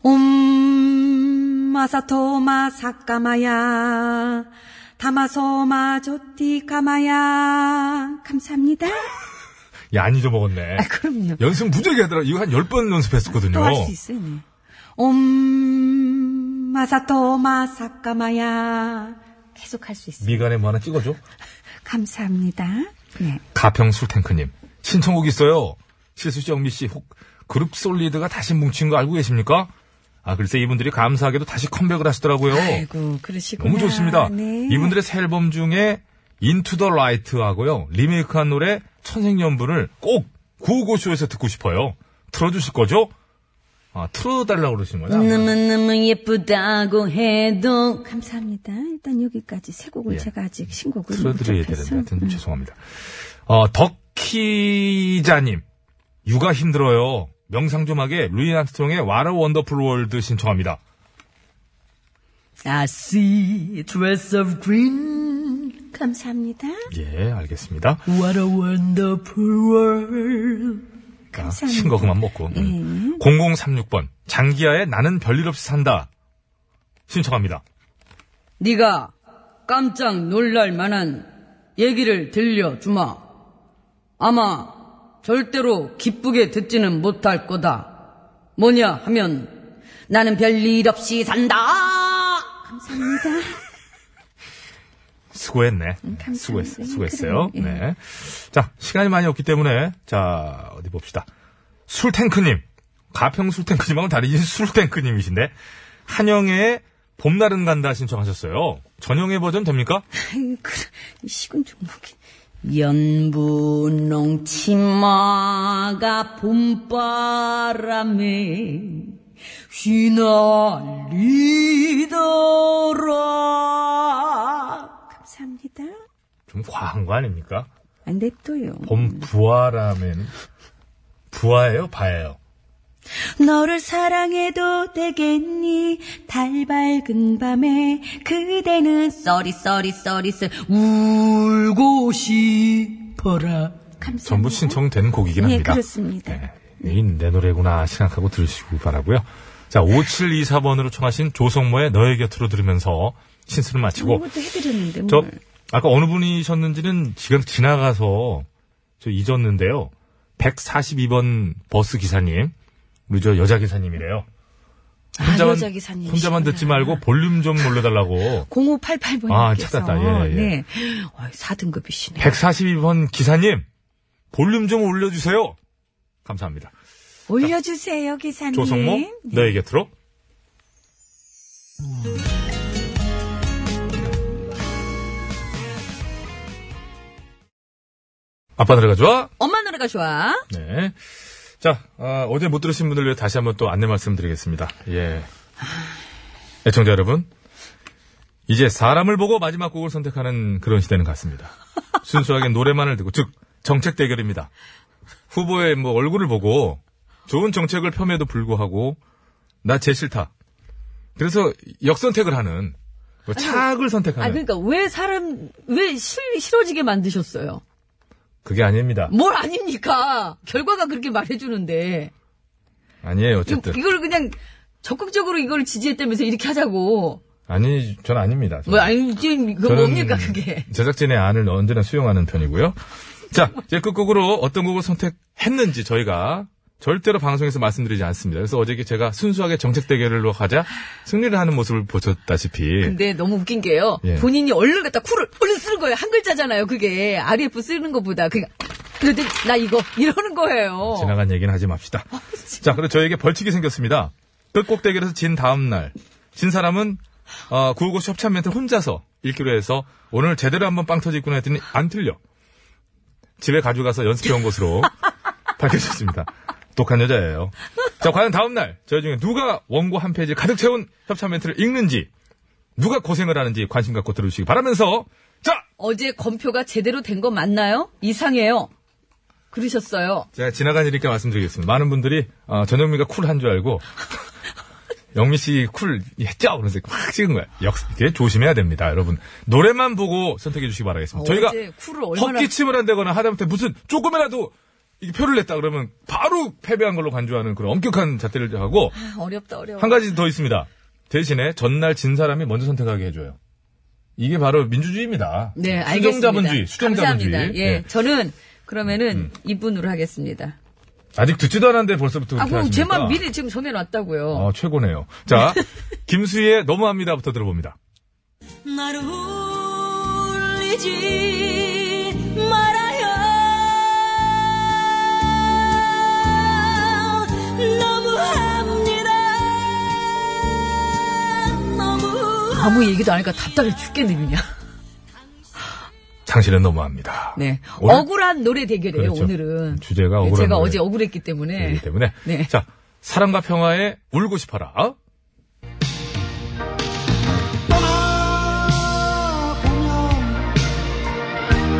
Speaker 2: 옴 토마사토마 사까마야 타마소마 조티까마야 감사합니다.
Speaker 4: 야, 안 잊어먹었네.
Speaker 2: 아 그럼요.
Speaker 4: 연습 무지하게 하더라. 이거 한 10번 연습했었거든요.
Speaker 2: 또 할 수 있어요. 네. 옴 마사토마 사까마야 계속 할 수 있어요.
Speaker 4: 미간에 뭐 하나 찍어줘.
Speaker 2: 감사합니다. 네.
Speaker 4: 가평 술탱크님. 신청곡 있어요. 실수 씨, 영미 씨, 혹, 그룹 솔리드가 다시 뭉친 거 알고 계십니까? 아, 글쎄 이분들이 감사하게도 다시 컴백을 하시더라고요.
Speaker 2: 아이고 그러시구나.
Speaker 4: 너무 좋습니다.
Speaker 2: 네.
Speaker 4: 이분들의 새 앨범 중에 인투 더 라이트하고요. 리메이크한 노래 천생연분을 꼭 구호고쇼에서 듣고 싶어요. 틀어주실 거죠? 아, 틀어달라고 그러시는 거죠?
Speaker 2: 너무너무 예쁘다고 해도 감사합니다. 일단 여기까지 세 곡은
Speaker 4: 예.
Speaker 2: 제가 아직 신곡을 못
Speaker 4: 틀어드려야 되는데
Speaker 2: 접했어요.
Speaker 4: 하여튼 죄송합니다. 어, 덕키자님 육아 힘들어요. 명상 좀 하게 루이 암스트롱의 와라 원더풀 월드 신청합니다.
Speaker 2: I see dress of green. 음, 감사합니다.
Speaker 4: 예, 알겠습니다.
Speaker 10: 음,
Speaker 2: What a wonderful world.
Speaker 4: 아, 신거 그만 먹고. 음. 0036번 장기하의 나는 별일 없이 산다 신청합니다.
Speaker 10: 네가 깜짝 놀랄 만한 얘기를 들려주마. 아마 절대로 기쁘게 듣지는 못할 거다. 뭐냐 하면 나는 별일 없이 산다.
Speaker 4: 수고했네.
Speaker 2: 감사합니다.
Speaker 4: 수고했,
Speaker 2: 음,
Speaker 4: 수고했어요.
Speaker 2: 그래요. 예.
Speaker 4: 네. 자, 시간이 많이 없기 때문에, 자, 어디 봅시다. 술탱크님. 가평 술탱크님하고는 다르신 술탱크님이신데, 한영애의 봄날은 간다 신청하셨어요. 전영애 버전 됩니까?
Speaker 2: 아유, 그래. 이 식은 종목이. 연분홍 치마가 봄바람에 휘날리더라. 감사합니다.
Speaker 4: 좀 과한 거 아닙니까?
Speaker 2: 안 냅둬요.
Speaker 4: 봄 부화라면, 부화예요? 바예요?
Speaker 2: 너를 사랑해도 되겠니? 달 밝은 밤에 그대는 쏘리 쏘리 쏘리 쏘 울고 싶어라. 감사합니다.
Speaker 4: 전부 신청된 곡이긴
Speaker 2: 네. 예,
Speaker 4: 합니다.
Speaker 2: 그렇습니다.
Speaker 4: 네, 이내 노래구나 생각하고 들으시기 바라고요. 자, 5724번으로 청하신 조성모의 너의 곁으로 들으면서 신스를 마치고
Speaker 2: 이것도 해드렸는데 뭐.
Speaker 4: 저 아까 어느 분이셨는지는 지금 지나가서 저 잊었는데요. 142번 버스 기사님, 우리 저 여자 기사님이래요. 혼자만
Speaker 2: 아, 여자 기사님이시구나.
Speaker 4: 혼자만 듣지 말고 볼륨 좀 올려달라고.
Speaker 2: 0588번님께서
Speaker 4: 아, 찾았다. 예, 예.
Speaker 2: 네. 어, 4등급이시네.
Speaker 4: 142번 기사님, 볼륨 좀 올려주세요. 감사합니다.
Speaker 2: 올려주세요, 기사님. 네.
Speaker 4: 조성모, 너의 곁으로. 아빠 노래가 좋아?
Speaker 10: 엄마 노래가 좋아.
Speaker 4: 네. 자, 아, 어제 못 들으신 분들 위해 다시 한번 또 안내 말씀드리겠습니다. 예. 애청자 여러분, 이제 사람을 보고 마지막 곡을 선택하는 그런 시대는 같습니다. 순수하게 노래만을 듣고, 즉, 정책 대결입니다. 후보의 뭐 얼굴을 보고 좋은 정책을 폄해도 불구하고 나 제 싫다. 그래서 역선택을 하는, 뭐 차악을
Speaker 10: 아
Speaker 4: 선택하는.
Speaker 10: 그러니까 왜 사람 왜 싫, 싫어지게 만드셨어요?
Speaker 4: 그게 아닙니다.
Speaker 10: 뭘 아닙니까? 결과가 그렇게 말해주는데
Speaker 4: 아니에요,
Speaker 10: 이-
Speaker 4: 어쨌든.
Speaker 10: 이걸 그냥 적극적으로 이걸 지지했다면서 이렇게 하자고
Speaker 4: 아니, 전 아닙니다. 저는.
Speaker 10: 뭐 아니 지금 이거
Speaker 4: 저는
Speaker 10: 뭡니까 그게?
Speaker 4: 제작진의 안을 언제나 수용하는 편이고요. 자, 이제 끝곡으로 어떤 곡을 선택했는지 저희가 절대로 방송에서 말씀드리지 않습니다. 그래서 어제 제가 순수하게 정책 대결로 가자 승리를 하는 모습을 보셨다시피
Speaker 10: 근데 너무 웃긴 게요.
Speaker 4: 예.
Speaker 10: 본인이 얼른 갖다 쿨을 얼른 쓰는 거예요. 한 글자잖아요. 그게 RF 쓰는 것보다 그냥 그래도 나 이거 이러는 거예요.
Speaker 4: 지나간 얘기는 하지 맙시다. 자, 그리고 저에게 벌칙이 생겼습니다. 끝곡 대결에서 진 다음 날, 진 사람은 어, 구호고시 협찬 멘트 혼자서 읽기로 해서 오늘 제대로 한번 빵 터지구나 했더니 안 틀려. 집에 가져가서 연습해온 것으로 밝혀졌습니다. 독한 여자예요. 자, 과연 다음 날 저희 중에 누가 원고 한 페이지 가득 채운 협찬 멘트를 읽는지 누가 고생을 하는지 관심 갖고 들어주시기 바라면서 자,
Speaker 10: 어제 검표가 제대로 된 거 맞나요? 이상해요. 그러셨어요.
Speaker 4: 제가 지나간 일이니까 말씀드리겠습니다. 많은 분들이 어, 전영미가 쿨한 줄 알고 영미 씨 쿨 했죠? 그래서 확 찍은 거야. 역시 이게 조심해야 됩니다, 여러분. 노래만 보고 선택해 주시기 바라겠습니다. 저희가
Speaker 10: 어제 쿨을 얼마나
Speaker 4: 헛기침을 한다거나 하다못해 무슨 조금이라도 이게 표를 냈다 그러면 바로 패배한 걸로 간주하는 그런 엄격한 잣대를 하고
Speaker 10: 아, 어렵다 어려워.
Speaker 4: 한 가지 더 있습니다. 대신에 전날 진 사람이 먼저 선택하게 해줘요. 이게 바로 민주주의입니다.
Speaker 2: 네, 알겠습니다.
Speaker 4: 수정자본주의, 수정자본주의.
Speaker 2: 감사합니다. 예,
Speaker 4: 예. 음.
Speaker 2: 저는 그러면은 이분으로 하겠습니다.
Speaker 4: 아직 듣지도 않았는데 벌써부터
Speaker 2: 아,
Speaker 4: 그렇게
Speaker 2: 그럼
Speaker 4: 하십니까?
Speaker 2: 제만 미리 지금 전해놨다고요.
Speaker 4: 아, 최고네요. 자, 김수희의 너무합니다부터 들어봅니다.
Speaker 11: 날 울리지 말아요 너무합니다 너무
Speaker 2: 아무 얘기도 안 하니까 답답해 죽겠네, 그냥.
Speaker 4: 당신은 너무합니다.
Speaker 2: 네.
Speaker 4: 오늘
Speaker 2: 억울한 노래 대결이에요,
Speaker 4: 그렇죠.
Speaker 2: 오늘은.
Speaker 4: 주제가
Speaker 2: 네,
Speaker 4: 억울한
Speaker 2: 제가
Speaker 4: 노래.
Speaker 2: 어제 억울했기 때문에.
Speaker 4: 그렇기 때문에.
Speaker 2: 네.
Speaker 4: 자, 사랑과 평화에 울고 싶어라.
Speaker 5: 떠나보면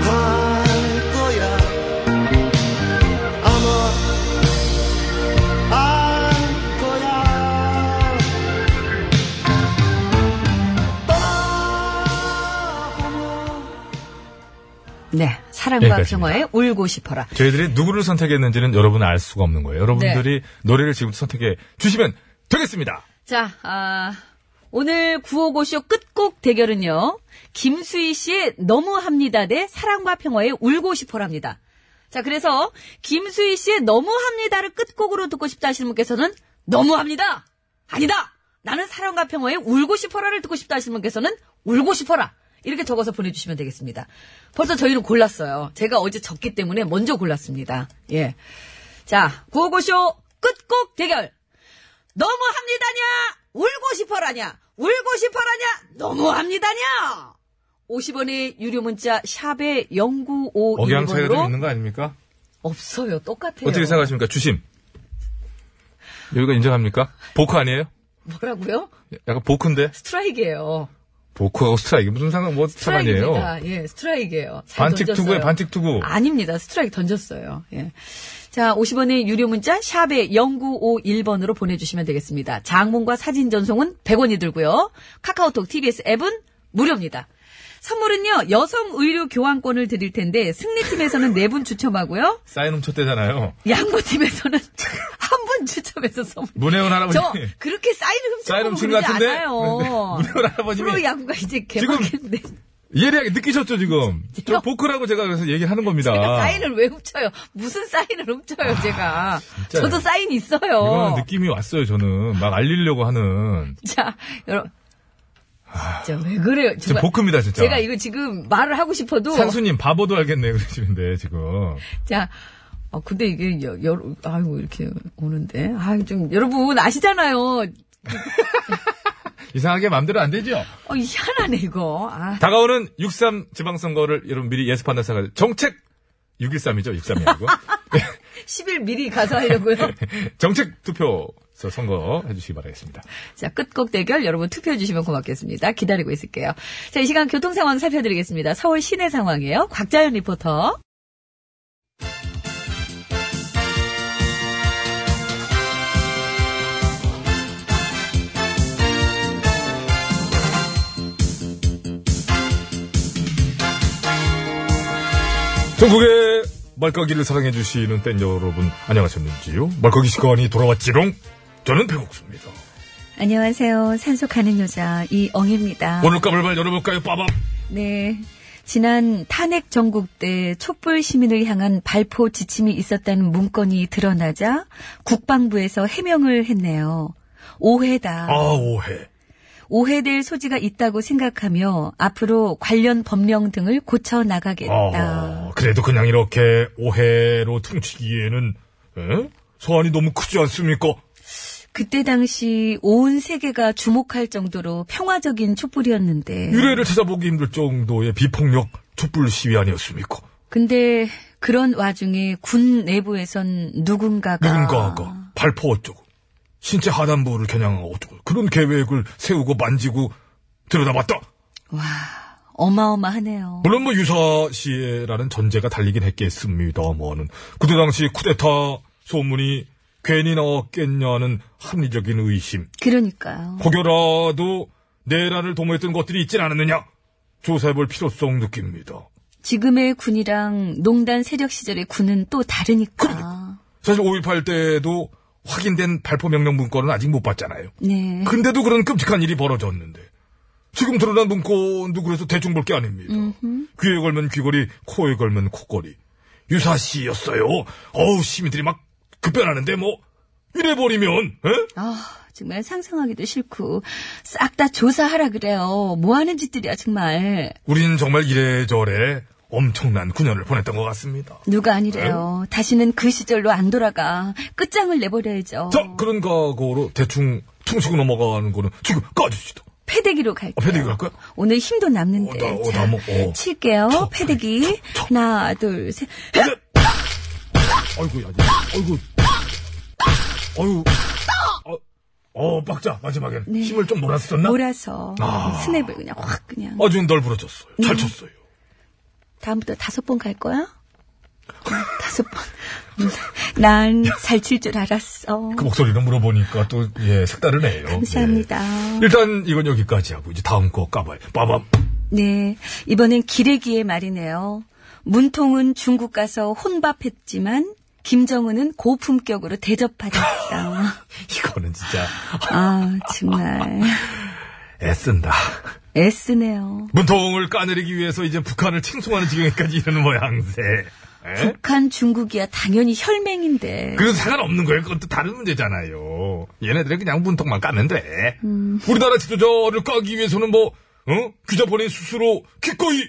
Speaker 5: 알 거야 아마 알 거야 떠나보면
Speaker 2: 네. 사랑과
Speaker 4: 여기까지입니다.
Speaker 2: 평화에 울고 싶어라.
Speaker 4: 저희들이 누구를 선택했는지는 여러분은 알 수가 없는 거예요. 여러분들이
Speaker 2: 네.
Speaker 4: 노래를 지금 선택해 주시면 되겠습니다.
Speaker 2: 자, 아, 오늘 955쇼 끝곡 대결은요. 김수희 씨의 너무합니다 대 사랑과 평화에 울고 싶어랍니다. 자, 그래서 김수희 씨의 너무합니다를 끝곡으로 듣고 싶다 하시는 분께서는 너무합니다! 아니다! 나는 사랑과 평화에 울고 싶어라를 듣고 싶다 하시는 분께서는 울고 싶어라! 이렇게 적어서 보내주시면 되겠습니다. 벌써 저희는 골랐어요. 제가 어제 졌기 때문에 먼저 골랐습니다. 예. 자, 955쇼 끝곡 대결! 너무합니다냐? 울고 싶어라냐? 울고 싶어라냐? 너무합니다냐? 50원의 유료 문자 샵에 어,
Speaker 4: 억양 차이가 좀
Speaker 2: 0951번으로
Speaker 4: 있는 거 아닙니까?
Speaker 2: 없어요. 똑같아요.
Speaker 4: 어떻게 생각하십니까? 주심. 여기가 인정합니까? 보크 아니에요?
Speaker 2: 뭐라고요?
Speaker 4: 약간 보크인데?
Speaker 2: 스트라이크예요.
Speaker 4: 보크하고 스트라이크 무슨 상관, 뭐 상관이에요?
Speaker 2: 스트라이크입니다. 예, 스트라이크예요. 잘
Speaker 4: 반칙
Speaker 2: 던졌어요.
Speaker 4: 투구에 반칙 투구.
Speaker 2: 아닙니다. 스트라이크 던졌어요. 예. 자, 50원의 유료 문자 샵에 0951번으로 보내주시면 되겠습니다. 장문과 사진 전송은 100원이 들고요. 카카오톡, TBS 앱은 무료입니다. 선물은요, 여성 의류 교환권을 드릴 텐데, 승리팀에서는 4분 추첨하고요.
Speaker 4: 사인 훔쳤대잖아요.
Speaker 2: 양보팀에서는 한 분 추첨해서 선물.
Speaker 4: 문혜원 할아버지.
Speaker 2: 저 그렇게 사인
Speaker 4: 사인
Speaker 2: 훔쳐보고
Speaker 4: 훔친
Speaker 2: 그러지
Speaker 4: 것 같은데?
Speaker 2: 않아요.
Speaker 4: 문혜원 할아버님이
Speaker 2: 프로 야구가 이제
Speaker 4: 지금
Speaker 2: 개막했는데
Speaker 4: 예리하게 느끼셨죠, 지금? 저 보크라고 제가 그래서 얘기를 하는 겁니다.
Speaker 2: 제가 사인을 왜 훔쳐요? 무슨 사인을 훔쳐요, 제가?
Speaker 4: 아, 진짜요.
Speaker 2: 저도 사인 있어요.
Speaker 4: 이거는 느낌이 왔어요, 저는. 막 알리려고 하는.
Speaker 2: 자, 여러분. 진짜 왜 그래요?
Speaker 4: 지금
Speaker 2: 정말
Speaker 4: 보크입니다, 진짜.
Speaker 2: 제가 이거 지금 말을 하고 싶어도
Speaker 4: 산수님 바보도 알겠네 그러시는데 지금
Speaker 2: 자, 아, 근데 이게 여, 여, 아이고 이렇게 오는데, 아, 좀 여러분 아시잖아요.
Speaker 4: 이상하게 마음대로 안 되죠.
Speaker 2: 어, 희한하네 이거. 아,
Speaker 4: 다가오는 63 지방선거를 여러분 미리 예습한다 생각. 정책 613이죠 613이 아니고
Speaker 2: 10일 미리 가서 하려고요.
Speaker 4: 정책 투표 선거 해주시기 바라겠습니다.
Speaker 2: 자, 끝곡 대결 여러분 투표해 주시면 고맙겠습니다. 기다리고 있을게요. 자, 이 시간 교통 상황 살펴드리겠습니다. 서울 시내 상황이에요. 곽자연 리포터.
Speaker 4: 전국의 말까기를 사랑해주시는 땐 여러분 안녕하셨는지요? 말까기 시간이 돌아왔지롱. 저는 배국수입니다.
Speaker 2: 안녕하세요. 산소 가는 여자 이엉입니다.
Speaker 4: 오늘 까불발 열어볼까요? 빠밤.
Speaker 2: 네. 지난 탄핵 전국 때 촛불 시민을 향한 발포 지침이 있었다는 문건이 드러나자 국방부에서 해명을 했네요. 오해다.
Speaker 4: 아 오해.
Speaker 2: 오해될 소지가 있다고 생각하며 앞으로 관련 법령 등을 고쳐 나가겠다.
Speaker 4: 아 그래도 그냥 이렇게 오해로 퉁치기에는 에? 소환이 너무 크지 않습니까?
Speaker 2: 그때 당시 온 세계가 주목할 정도로 평화적인 촛불이었는데
Speaker 4: 유례를 찾아보기 힘들 정도의 비폭력 촛불 시위 아니었습니까?
Speaker 2: 근데 그런 와중에 군 내부에선 누군가가
Speaker 4: 누군가가 발포 어쩌고 신체 하단부를 겨냥하고 어쩌고 그런 계획을 세우고 만지고 들여다봤다.
Speaker 2: 어마어마하네요.
Speaker 4: 물론 뭐 유사시에라는 전제가 달리긴 했겠습니다만은 그때 당시 쿠데타 소문이 괜히 나왔겠냐는 합리적인 의심.
Speaker 2: 그러니까요.
Speaker 4: 혹여라도 내란을 도모했던 것들이 있진 않았느냐 조사해볼 필요성 느낍니다.
Speaker 2: 지금의 군이랑 농단 세력 시절의 군은 또 다르니까.
Speaker 4: 사실 5.18 때도 확인된 발포 명령 문건은 아직 못 봤잖아요.
Speaker 2: 네.
Speaker 4: 음. 근데도 그런 끔찍한 일이 벌어졌는데 지금 드러난 문건도 그래서 대충 볼 게 아닙니다. 귀에 걸면 귀걸이, 코에 걸면 콧걸이. 유사시였어요. 어우 시민들이 막 급변하는데 뭐 이래 버리면
Speaker 2: 아, 정말 상상하기도 싫고 싹 다 조사하라 그래요. 뭐 하는 짓들이야 정말.
Speaker 4: 우리는 정말 이래저래 엄청난 9년을 보냈던 것 같습니다.
Speaker 2: 누가 아니래요. 다시는 그 시절로 안 돌아가. 끝장을 내버려야죠.
Speaker 4: 자 그런 각오로 대충 퉁치고 넘어가는 거는 지금 까줍시다.
Speaker 2: 패대기로 갈게요.
Speaker 4: 어, 패대기로 갈까요?
Speaker 2: 오늘 힘도 남는데.
Speaker 4: 어, 나, 어,
Speaker 2: 자,
Speaker 4: 나 뭐, 어.
Speaker 2: 칠게요.
Speaker 4: 쳐,
Speaker 2: 패대기.
Speaker 4: 쳐, 쳐.
Speaker 2: 하나, 둘, 셋.
Speaker 4: 아이고, 야, 야. 아이고. 아유. 어, 어, 빡자, 마지막엔. 힘을 좀 몰았었나?
Speaker 2: 몰아서
Speaker 4: 아.
Speaker 2: 스냅을 그냥 확 그냥.
Speaker 4: 아주 널브러졌어요.
Speaker 2: 네.
Speaker 4: 잘 쳤어요.
Speaker 2: 다음부터 다섯 번 갈 거야? 다섯 번. 난 살칠 줄 알았어.
Speaker 4: 그 목소리를 물어보니까 또, 예, 색다르네요.
Speaker 2: 감사합니다.
Speaker 4: 예. 일단 이건 여기까지 하고, 이제 다음 거 까봐요. 빠밤.
Speaker 2: 네, 이번엔 기레기의 말이네요. 문통은 중국 가서 혼밥했지만 김정은은 고품격으로 대접받았다.
Speaker 4: 이거는 진짜
Speaker 2: 아, 정말
Speaker 4: 애쓴다.
Speaker 2: 애쓰네요.
Speaker 4: 문통을 까내리기 위해서 이제 북한을 칭송하는 지경에까지 이르는 모양새. 예?
Speaker 2: 북한 중국이야 당연히 혈맹인데.
Speaker 4: 그래서 상관없는 거예요. 그건 또 다른 문제잖아요. 얘네들은 그냥 문턱만 까면 돼.
Speaker 2: 음.
Speaker 4: 우리나라 지도자를 까기 위해서는 뭐, 어? 귀자본인 스스로 기꺼이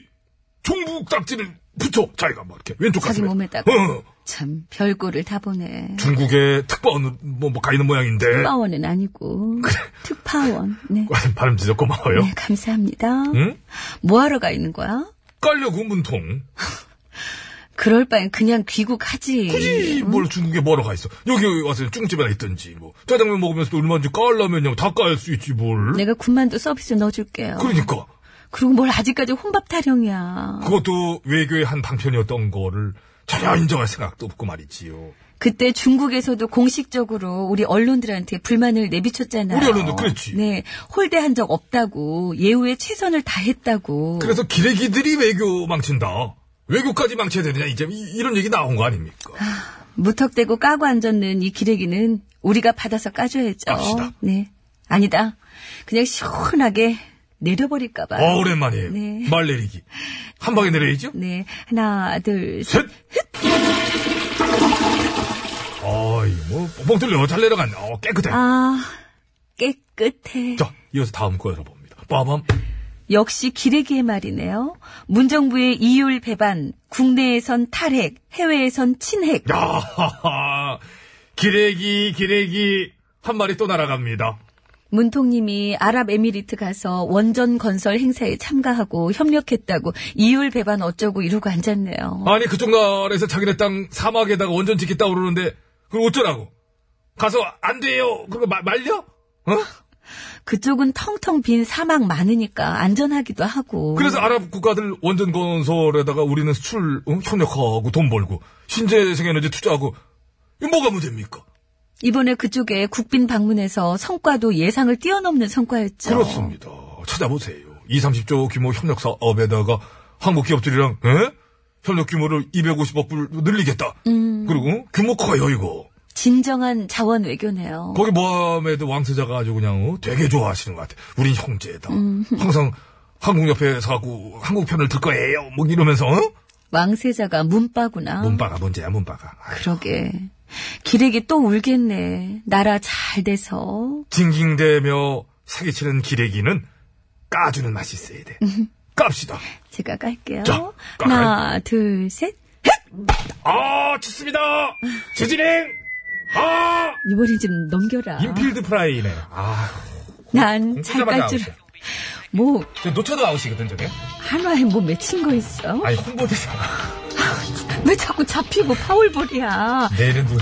Speaker 4: 종북 딱지를 붙여. 자기가 막 이렇게 왼쪽
Speaker 2: 자기
Speaker 4: 가슴에.
Speaker 2: 몸에다가.
Speaker 4: 어,
Speaker 2: 참 별꼴을 다 보네.
Speaker 4: 중국의 특파원, 뭐, 뭐, 가있는 모양인데.
Speaker 2: 특파원은 아니고 특파원. 네.
Speaker 4: 발음 지적 고마워요.
Speaker 2: 네, 감사합니다.
Speaker 4: 응?
Speaker 2: 뭐 하러 가 있는 거야?
Speaker 4: 깔려고 문통.
Speaker 2: 그럴 바엔 그냥 귀국하지.
Speaker 4: 굳이 뭘 중국에 뭐하러 가 있어. 여기 와서 중국집에나 있든지, 뭐. 짜장면 먹으면서도 얼마든지 깔라면 다 깔 수 있지, 뭘.
Speaker 2: 내가 군만두 서비스 넣어줄게요.
Speaker 4: 그러니까.
Speaker 2: 그리고 뭘 아직까지 혼밥 타령이야.
Speaker 4: 그것도 외교의 한 방편이었던 거를 전혀 인정할 생각도 없고 말이지요.
Speaker 2: 그때 중국에서도 공식적으로 우리 언론들한테 불만을 내비쳤잖아요.
Speaker 4: 우리 언론도 그랬지.
Speaker 2: 네. 홀대한 적 없다고, 예우에 최선을 다했다고.
Speaker 4: 그래서 기레기들이 외교 망친다. 외교까지 망쳐야 되느냐 이제 이, 런 얘기 나온 거 아닙니까?
Speaker 2: 무턱대고 까고 앉았는 이 기레기는 우리가 받아서 까줘야죠.
Speaker 4: 깝시다.
Speaker 2: 네. 아니다. 그냥 시원하게 내려버릴까봐.
Speaker 4: 어, 오랜만이에요.
Speaker 2: 네.
Speaker 4: 말 내리기. 한 방에 내려야죠.
Speaker 2: 네. 하나, 둘, 셋.
Speaker 4: 셋. 아이 뭐 뻥뻥 뚫려 잘 내려간. 어 깨끗해.
Speaker 2: 아, 깨끗해.
Speaker 4: 자 이어서 다음 거 열어봅니다. 빠밤.
Speaker 2: 역시 기레기의 말이네요. 문정부의 이율 배반, 국내에선 탈핵, 해외에선 친핵.
Speaker 4: 야 기레기 기레기 한 마리 또 날아갑니다.
Speaker 2: 문통님이 아랍에미리트 가서 원전 건설 행사에 참가하고 협력했다고 이율 배반 어쩌고 이러고 앉았네요.
Speaker 4: 아니 그쪽 나라에서 자기네 땅 사막에다가 원전 짓겠다 그러는데 그걸 어쩌라고? 가서 안 돼요. 그거 마- 말려? 어?
Speaker 2: 그쪽은 텅텅 빈 사막 많으니까 안전하기도 하고.
Speaker 4: 그래서 아랍 국가들 원전 건설에다가 우리는 수출 어? 협력하고 돈 벌고 신재생 에너지 투자하고 이거 뭐가 문제입니까?
Speaker 2: 이번에 그쪽에 국빈 방문해서 성과도 예상을 뛰어넘는 성과였죠.
Speaker 4: 그렇습니다. 찾아보세요. 2, 30조 규모 협력 사업에다가 한국 기업들이랑 에? 협력 규모를 250억 불 늘리겠다. 그리고 어? 규모 커요 이거.
Speaker 2: 진정한 자원 외교네요.
Speaker 4: 거기 모함에도 왕세자가 아주 그냥 어? 되게 좋아하시는 것 같아. 우린 형제다. 항상 한국 옆에 사고 한국 편을 들 거예요. 뭐 이러면서 어?
Speaker 2: 왕세자가 문빠구나.
Speaker 4: 문바가 문제야 문바가. 아유.
Speaker 2: 그러게. 기레기 또 울겠네. 나라 잘 돼서.
Speaker 4: 징징대며 사기치는 기레기는 까주는 맛이 있어야 돼. 깝시다.
Speaker 2: 제가 깔게요.
Speaker 4: 자,
Speaker 2: 하나, 둘, 셋.
Speaker 4: 아, 좋습니다. 재진행. 아,
Speaker 2: 이번엔 좀 넘겨라.
Speaker 4: 인필드 프라이네. 아,
Speaker 2: 난 잘 깔 줄.
Speaker 4: 아웃이야.
Speaker 2: 뭐,
Speaker 4: 저 놓쳐도 아웃이거든 저게.
Speaker 2: 한화에 뭐 맺힌 거 있어?
Speaker 4: 아니 홍보대사.
Speaker 2: 왜 자꾸 잡히고 파울볼이야.
Speaker 4: 내일은 누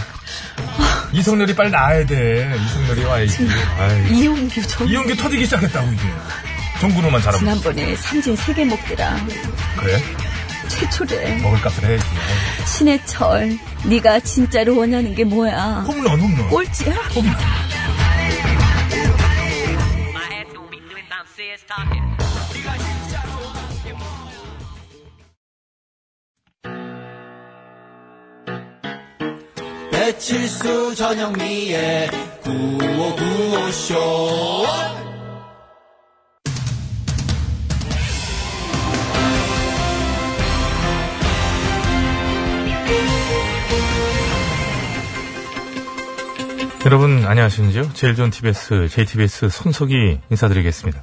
Speaker 4: 이성렬이 빨리 나와야 돼. 이성렬이 와야지. 아이.
Speaker 2: 이용규 전
Speaker 4: 이용규 터지기 시작했다고 이제. 정근호만 잘하면
Speaker 2: 지난번에 삼진 세 개 먹더라.
Speaker 4: 그래?
Speaker 2: 최초래.
Speaker 4: 먹을 값을 해야지.
Speaker 2: 신해철, 네가 진짜로 원하는 게 뭐야?
Speaker 4: 홈런 홈런.
Speaker 2: 꼴찌야?
Speaker 10: 배칠수
Speaker 5: 배칠수 전영미의 구호 구호 쇼.
Speaker 4: 여러분 안녕하십니까? 제일 좋은 TBS, JTBS 손석희 인사드리겠습니다.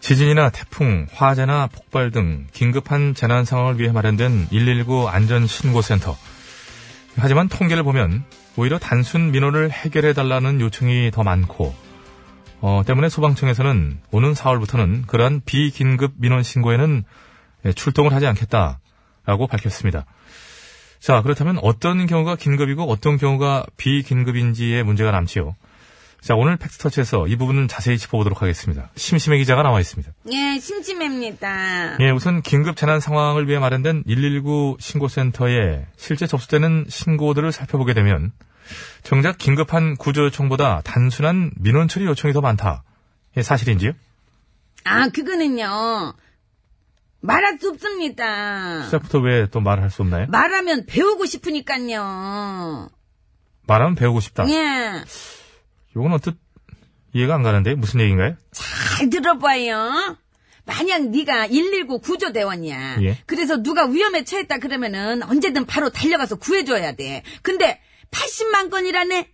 Speaker 4: 지진이나 태풍, 화재나 폭발 등 긴급한 재난 상황을 위해 마련된 119 안전신고센터. 하지만 통계를 보면 오히려 단순 민원을 해결해 달라는 요청이 더 많고 어, 때문에 소방청에서는 오는 4월부터는 그러한 비긴급 민원 신고에는 예, 출동을 하지 않겠다라고 밝혔습니다. 자, 그렇다면 어떤 경우가 긴급이고 어떤 경우가 비긴급인지의 문제가 남지요. 자, 오늘 팩스터치에서 이 부분은 자세히 짚어보도록 하겠습니다. 심심해 기자가 나와 있습니다.
Speaker 2: 예, 심심합니다.
Speaker 4: 예, 우선 긴급 재난 상황을 위해 마련된 119 신고센터에 실제 접수되는 신고들을 살펴보게 되면 정작 긴급한 구조 요청보다 단순한 민원 처리 요청이 더 많다. 예, 사실인지요?
Speaker 2: 아, 그거는요. 말할 수 없습니다.
Speaker 4: 시작부터 왜 또 말을 할 수 없나요?
Speaker 2: 말하면 배우고 싶으니까요.
Speaker 4: 말하면 배우고 싶다.
Speaker 2: 예,
Speaker 4: 요건 어뜻 이해가 안 가는데 무슨 얘기인가요?
Speaker 2: 잘 들어봐요. 만약 네가 119 구조대원이야.
Speaker 4: 예.
Speaker 2: 그래서 누가 위험에 처했다 그러면은 언제든 바로 달려가서 구해줘야 돼. 근데 80만 건이라네.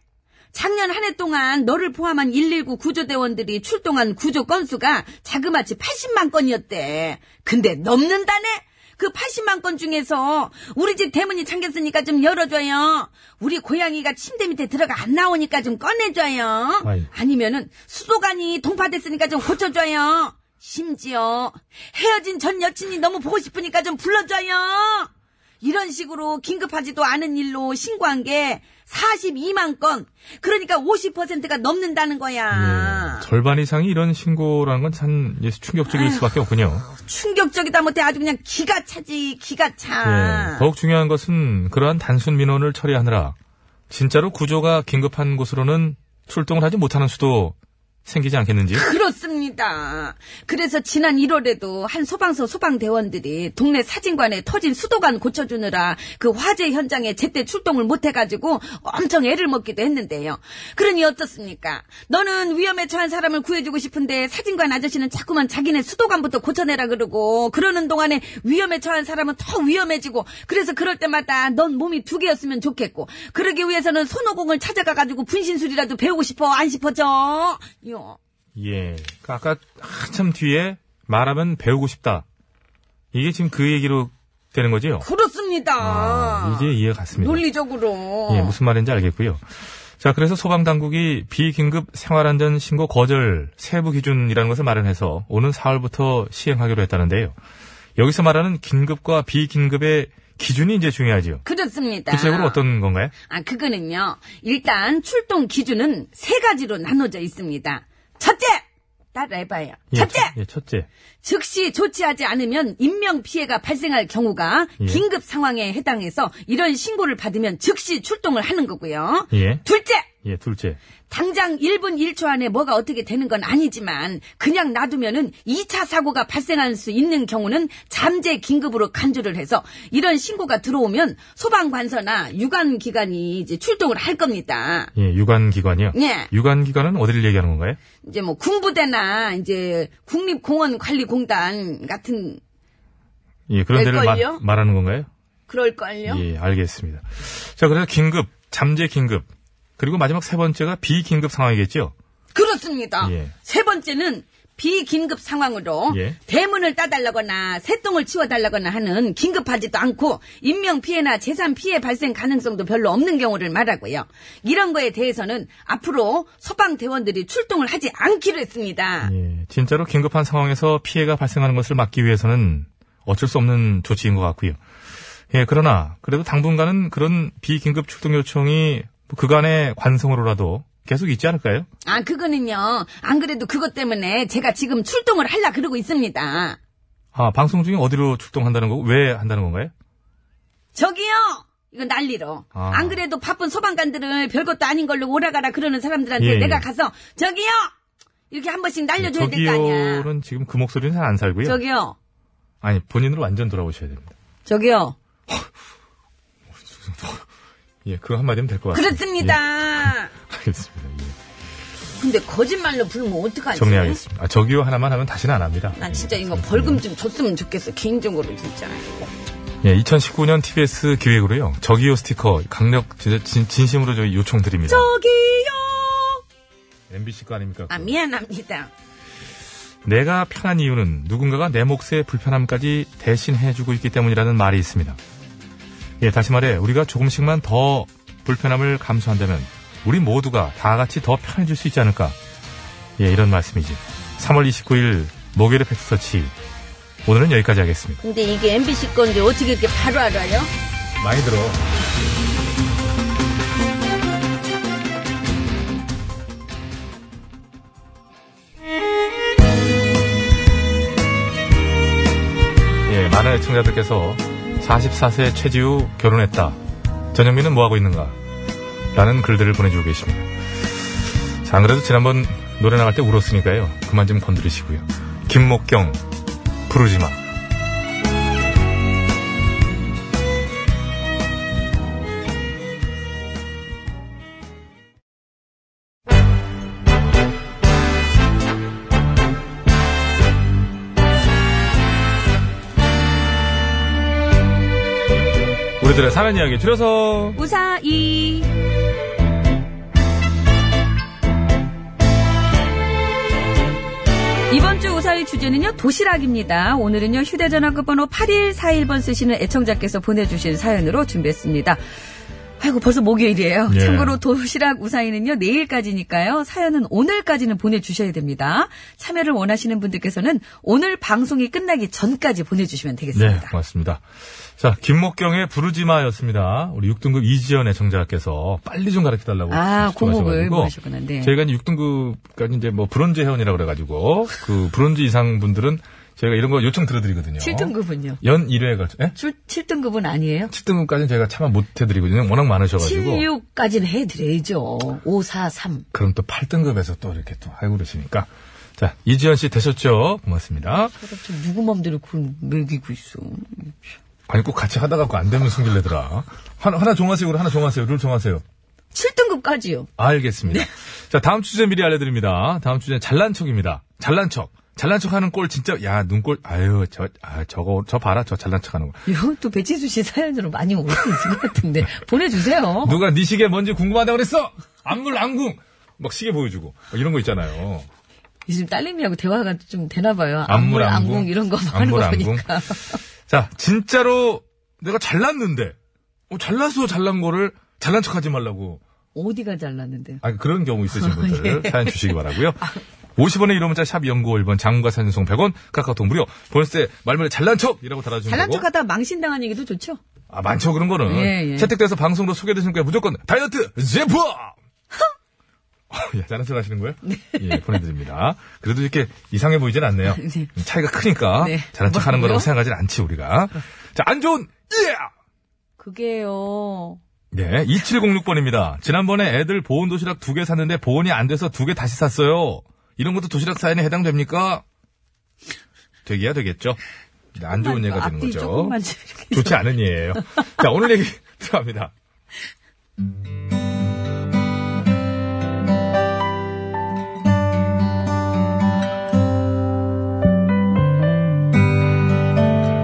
Speaker 2: 작년 한 해 동안 너를 포함한 119 구조대원들이 출동한 구조 건수가 자그마치 80만 건이었대. 근데 넘는다네? 그 80만 건 중에서 우리 집 대문이 잠겼으니까 좀 열어줘요. 우리 고양이가 침대 밑에 들어가 안 나오니까 좀 꺼내줘요.
Speaker 4: 아이.
Speaker 2: 아니면은 수도관이 동파됐으니까 좀 고쳐줘요. 심지어 헤어진 전 여친이 너무 보고 싶으니까 좀 불러줘요. 이런 식으로 긴급하지도 않은 일로 신고한 게 42만 건. 그러니까 50%가 넘는다는 거야.
Speaker 4: 예, 절반 이상이 이런 신고라는 건 참 충격적일 수밖에 없군요.
Speaker 2: 충격적이다 못해 아주 그냥 기가 차지, 기가 차.
Speaker 4: 예, 더욱 중요한 것은 그러한 단순 민원을 처리하느라 진짜로 구조가 긴급한 곳으로는 출동을 하지 못하는 수도 생기지 않겠는지?
Speaker 2: 그렇습니다. 그래서 지난 1월에도 한 소방서 소방대원들이 동네 사진관에 터진 수도관 고쳐주느라 그 화재 현장에 제때 출동을 못해가지고 엄청 애를 먹기도 했는데요. 그러니 어떻습니까? 너는 위험에 처한 사람을 구해주고 싶은데 사진관 아저씨는 자꾸만 자기네 수도관부터 고쳐내라 그러고 그러는 동안에 위험에 처한 사람은 더 위험해지고 그래서 그럴 때마다 넌 몸이 두 개였으면 좋겠고 그러기 위해서는 손오공을 찾아가가지고 분신술이라도 배우고 싶어 안 싶어져? 요.
Speaker 4: 예. 그 아까 한참 뒤에 말하면 배우고 싶다. 이게 지금 그 얘기로 되는 거지요?
Speaker 2: 그렇습니다.
Speaker 4: 아, 이제 이해 갔습니다.
Speaker 2: 논리적으로.
Speaker 4: 예, 무슨 말인지 알겠고요. 자, 그래서 소방당국이 비긴급 생활안전 신고 거절 세부 기준이라는 것을 마련해서 오는 4월부터 시행하기로 했다는데요. 여기서 말하는 긴급과 비긴급의 기준이 이제 중요하지요.
Speaker 2: 그렇습니다.
Speaker 4: 구체적으로 어떤 건가요?
Speaker 2: 아, 그거는요. 일단 출동 기준은 세 가지로 나눠져 있습니다. 첫째! 따라해봐요.
Speaker 4: 예,
Speaker 2: 첫째!
Speaker 4: 첫- 예, 첫째.
Speaker 2: 즉시 조치하지 않으면 인명피해가 발생할 경우가
Speaker 4: 예.
Speaker 2: 긴급 상황에 해당해서 이런 신고를 받으면 즉시 출동을 하는 거고요.
Speaker 4: 예.
Speaker 2: 둘째!
Speaker 4: 예, 둘째.
Speaker 2: 당장 1분 1초 안에 뭐가 어떻게 되는 건 아니지만 그냥 놔두면은 2차 사고가 발생할 수 있는 경우는 잠재 긴급으로 간주를 해서 이런 신고가 들어오면 소방관서나 유관기관이 이제 출동을 할 겁니다.
Speaker 4: 예, 유관기관이요.
Speaker 2: 예.
Speaker 4: 유관기관은 어디를 얘기하는 건가요?
Speaker 2: 이제 뭐 군부대나 이제 국립공원관리공단 같은
Speaker 4: 예, 그런 데를
Speaker 2: 될걸요? 네.
Speaker 4: 마- 말하는 건가요?
Speaker 2: 그럴걸요?
Speaker 4: 예, 알겠습니다. 자, 그래서 긴급, 잠재 긴급, 그리고 마지막 세 번째가 비긴급 상황이겠죠?
Speaker 2: 그렇습니다.
Speaker 4: 예.
Speaker 2: 세 번째는 비긴급 상황으로
Speaker 4: 예.
Speaker 2: 대문을 따달라거나 새똥을 치워달라거나 하는 긴급하지도 않고 인명피해나 재산피해 발생 가능성도 별로 없는 경우를 말하고요. 이런 거에 대해서는 앞으로 소방대원들이 출동을 하지 않기로 했습니다.
Speaker 4: 예, 진짜로 긴급한 상황에서 피해가 발생하는 것을 막기 위해서는 어쩔 수 없는 조치인 것 같고요. 예, 그러나 그래도 당분간은 그런 비긴급 출동 요청이 뭐 그간의 관성으로라도 계속 있지 않을까요?
Speaker 2: 아, 그거는요. 안 그래도 그것 때문에 제가 지금 출동을 하려 그러고 있습니다.
Speaker 4: 아, 방송 중에 어디로 출동한다는 거고 왜 한다는 건가요?
Speaker 2: 저기요! 이거 난리로.
Speaker 4: 아.
Speaker 2: 안 그래도 바쁜 소방관들을 별것도 아닌 걸로 오라가라 그러는 사람들한테
Speaker 4: 예, 예.
Speaker 2: 내가 가서, 저기요! 이렇게 한 번씩 날려줘야 네, 될 거 아니야.
Speaker 4: 저기요는 지금 그 목소리는 잘 안 살고요.
Speaker 2: 저기요.
Speaker 4: 아니, 본인으로 완전 돌아오셔야 됩니다.
Speaker 2: 저기요.
Speaker 4: 예, 그거 한마디면 될 것 같습니다.
Speaker 10: 그렇습니다.
Speaker 4: 예, 알겠습니다. 예,
Speaker 10: 근데 거짓말로 부르면 어떡하지?
Speaker 4: 정리하겠습니다. 아, 저기요 하나만 하면 다시는 안 합니다.
Speaker 2: 아,
Speaker 10: 난 진짜 이거 벌금 좀 줬으면 좋겠어. 개인적으로 진짜.
Speaker 4: 예, 2019년 TBS 기획으로요. 저기요 스티커 강력 진짜 진, 진심으로 저희 요청드립니다.
Speaker 10: 저기요.
Speaker 4: MBC 거 아닙니까?
Speaker 10: 아
Speaker 4: 그거?
Speaker 10: 미안합니다.
Speaker 4: 내가 편한 이유는 누군가가 내 몫의 불편함까지 대신해주고 있기 때문이라는 말이 있습니다. 예, 다시 말해 우리가 조금씩만 더 불편함을 감수한다면 우리 모두가 다 같이 더 편해질 수 있지 않을까? 예, 이런 말씀이지. 3월 29일 목요일의 팩스터치 오늘은 여기까지 하겠습니다.
Speaker 10: 근데 이게 MBC 건데 어떻게 이렇게 바로 알아요?
Speaker 4: 많이 들어. 예, 많은 애청자들께서 44세 최지우 결혼했다. 전영미는 뭐하고 있는가? 라는 글들을 보내주고 계십니다. 자, 안 그래도 지난번 노래 나갈 때 울었으니까요. 그만 좀 건드리시고요. 김목경, 부르지 마. 우리들의 사는 이야기 줄여서
Speaker 2: 우사이. 이번 주 우사의 주제는요, 도시락입니다. 오늘은요, 휴대전화 끝번호 8141번 쓰시는 애청자께서 보내주신 사연으로 준비했습니다. 아이고, 벌써 목요일이에요.
Speaker 4: 예.
Speaker 2: 참고로 도시락 우사이는요, 내일까지니까요, 사연은 오늘까지는 보내주셔야 됩니다. 참여를 원하시는 분들께서는 오늘 방송이 끝나기 전까지 보내주시면
Speaker 4: 네,
Speaker 2: 되겠습니다.
Speaker 4: 고맙습니다. 자, 김목경의 부르지마였습니다. 우리 6등급 이지연의 정자께서 빨리 좀 가르쳐 달라고.
Speaker 2: 아, 공목을
Speaker 4: 고
Speaker 2: 보내셨구나. 네.
Speaker 4: 저희가 이제 6등급까지 이제 뭐 브론즈 회원이라고 그래가지고 그 브론즈 이상 분들은 저희가 이런 거 요청 들어드리거든요.
Speaker 2: 7등급은요?
Speaker 4: 연 1회에 걸쳐. 예?
Speaker 2: 7등급은 아니에요?
Speaker 4: 7등급까지는 저희가 차마 못 해드리거든요. 워낙 많으셔가지고.
Speaker 2: 76까지는 해드려야죠. 5, 4, 3.
Speaker 4: 그럼 또 8등급에서 또 이렇게 또 하고 그러시니까. 자, 이지연 씨 되셨죠? 고맙습니다.
Speaker 2: 도대체 누구 맘대로 그걸 먹이고 있어.
Speaker 4: 아니, 꼭 같이 하다 갖고 안 되면 승질내더라. 하나, 하나 정하세요. 하나 정하세요. 룰 정하세요.
Speaker 2: 7등급까지요.
Speaker 4: 알겠습니다.
Speaker 2: 네.
Speaker 4: 자, 다음 주제 미리 알려드립니다. 다음 주제는 잘난 척입니다. 잘난 척. 잘난 척 하는 꼴 진짜, 야, 눈꼴, 아유, 저, 아, 저거, 저 봐라, 저 잘난 척 하는 거.
Speaker 2: 이건 또 배치수 씨 사연으로 많이 올 수 있을 것 같은데. 보내주세요.
Speaker 4: 누가 네 시계 뭔지 궁금하다고 그랬어! 안물, 안궁! 막 시계 보여주고. 막 이런 거 있잖아요.
Speaker 2: 요즘 딸내미하고 대화가 좀 되나봐요.
Speaker 4: 안물,
Speaker 2: 안물,
Speaker 4: 안궁.
Speaker 2: 안궁 이런 거 하는
Speaker 4: 안물,
Speaker 2: 거
Speaker 4: 안궁.
Speaker 2: 보니까.
Speaker 4: 자, 진짜로 내가 잘났는데, 어, 잘나서 잘난 거를 잘난 척 하지 말라고.
Speaker 2: 어디가 잘났는데요?
Speaker 4: 아, 그런 경우 있으신 분들
Speaker 2: 예.
Speaker 4: 사연 주시기 바라고요 50원의 이름 문자 샵 연구 1번 장과 산송 100원 카카오톡 무료 보냈을 때 말문에 잘난 척이라고 달아주는
Speaker 2: 잘난
Speaker 4: 거고
Speaker 2: 척 하다가 망신당한 얘기도 좋죠?
Speaker 4: 아, 많죠, 그런 거는.
Speaker 2: 예, 예.
Speaker 4: 채택돼서 방송으로 소개되신 거에 무조건 다이어트 제품! 예, 잘난 척 하시는 거예요?
Speaker 2: 네.
Speaker 4: 예, 보내드립니다. 그래도 이렇게 이상해 보이진 않네요. 차이가 크니까
Speaker 2: 네.
Speaker 4: 잘난 척 하는 거라고
Speaker 2: 뭐라고요?
Speaker 4: 생각하진 않지, 우리가. 자, 안 좋은, 예!
Speaker 2: 그게요.
Speaker 4: 네, 2706번입니다. 지난번에 애들 보온 도시락 두 개 샀는데 보온이 안 돼서 두 개 다시 샀어요. 이런 것도 도시락 사연에 해당됩니까? 되기야 되겠죠. 안 좋은 예가 되는
Speaker 2: 앞뒤
Speaker 4: 거죠.
Speaker 2: 조금만 좀 이렇게
Speaker 4: 좋지 않은 예예요. 자, 오늘 얘기 들어갑니다.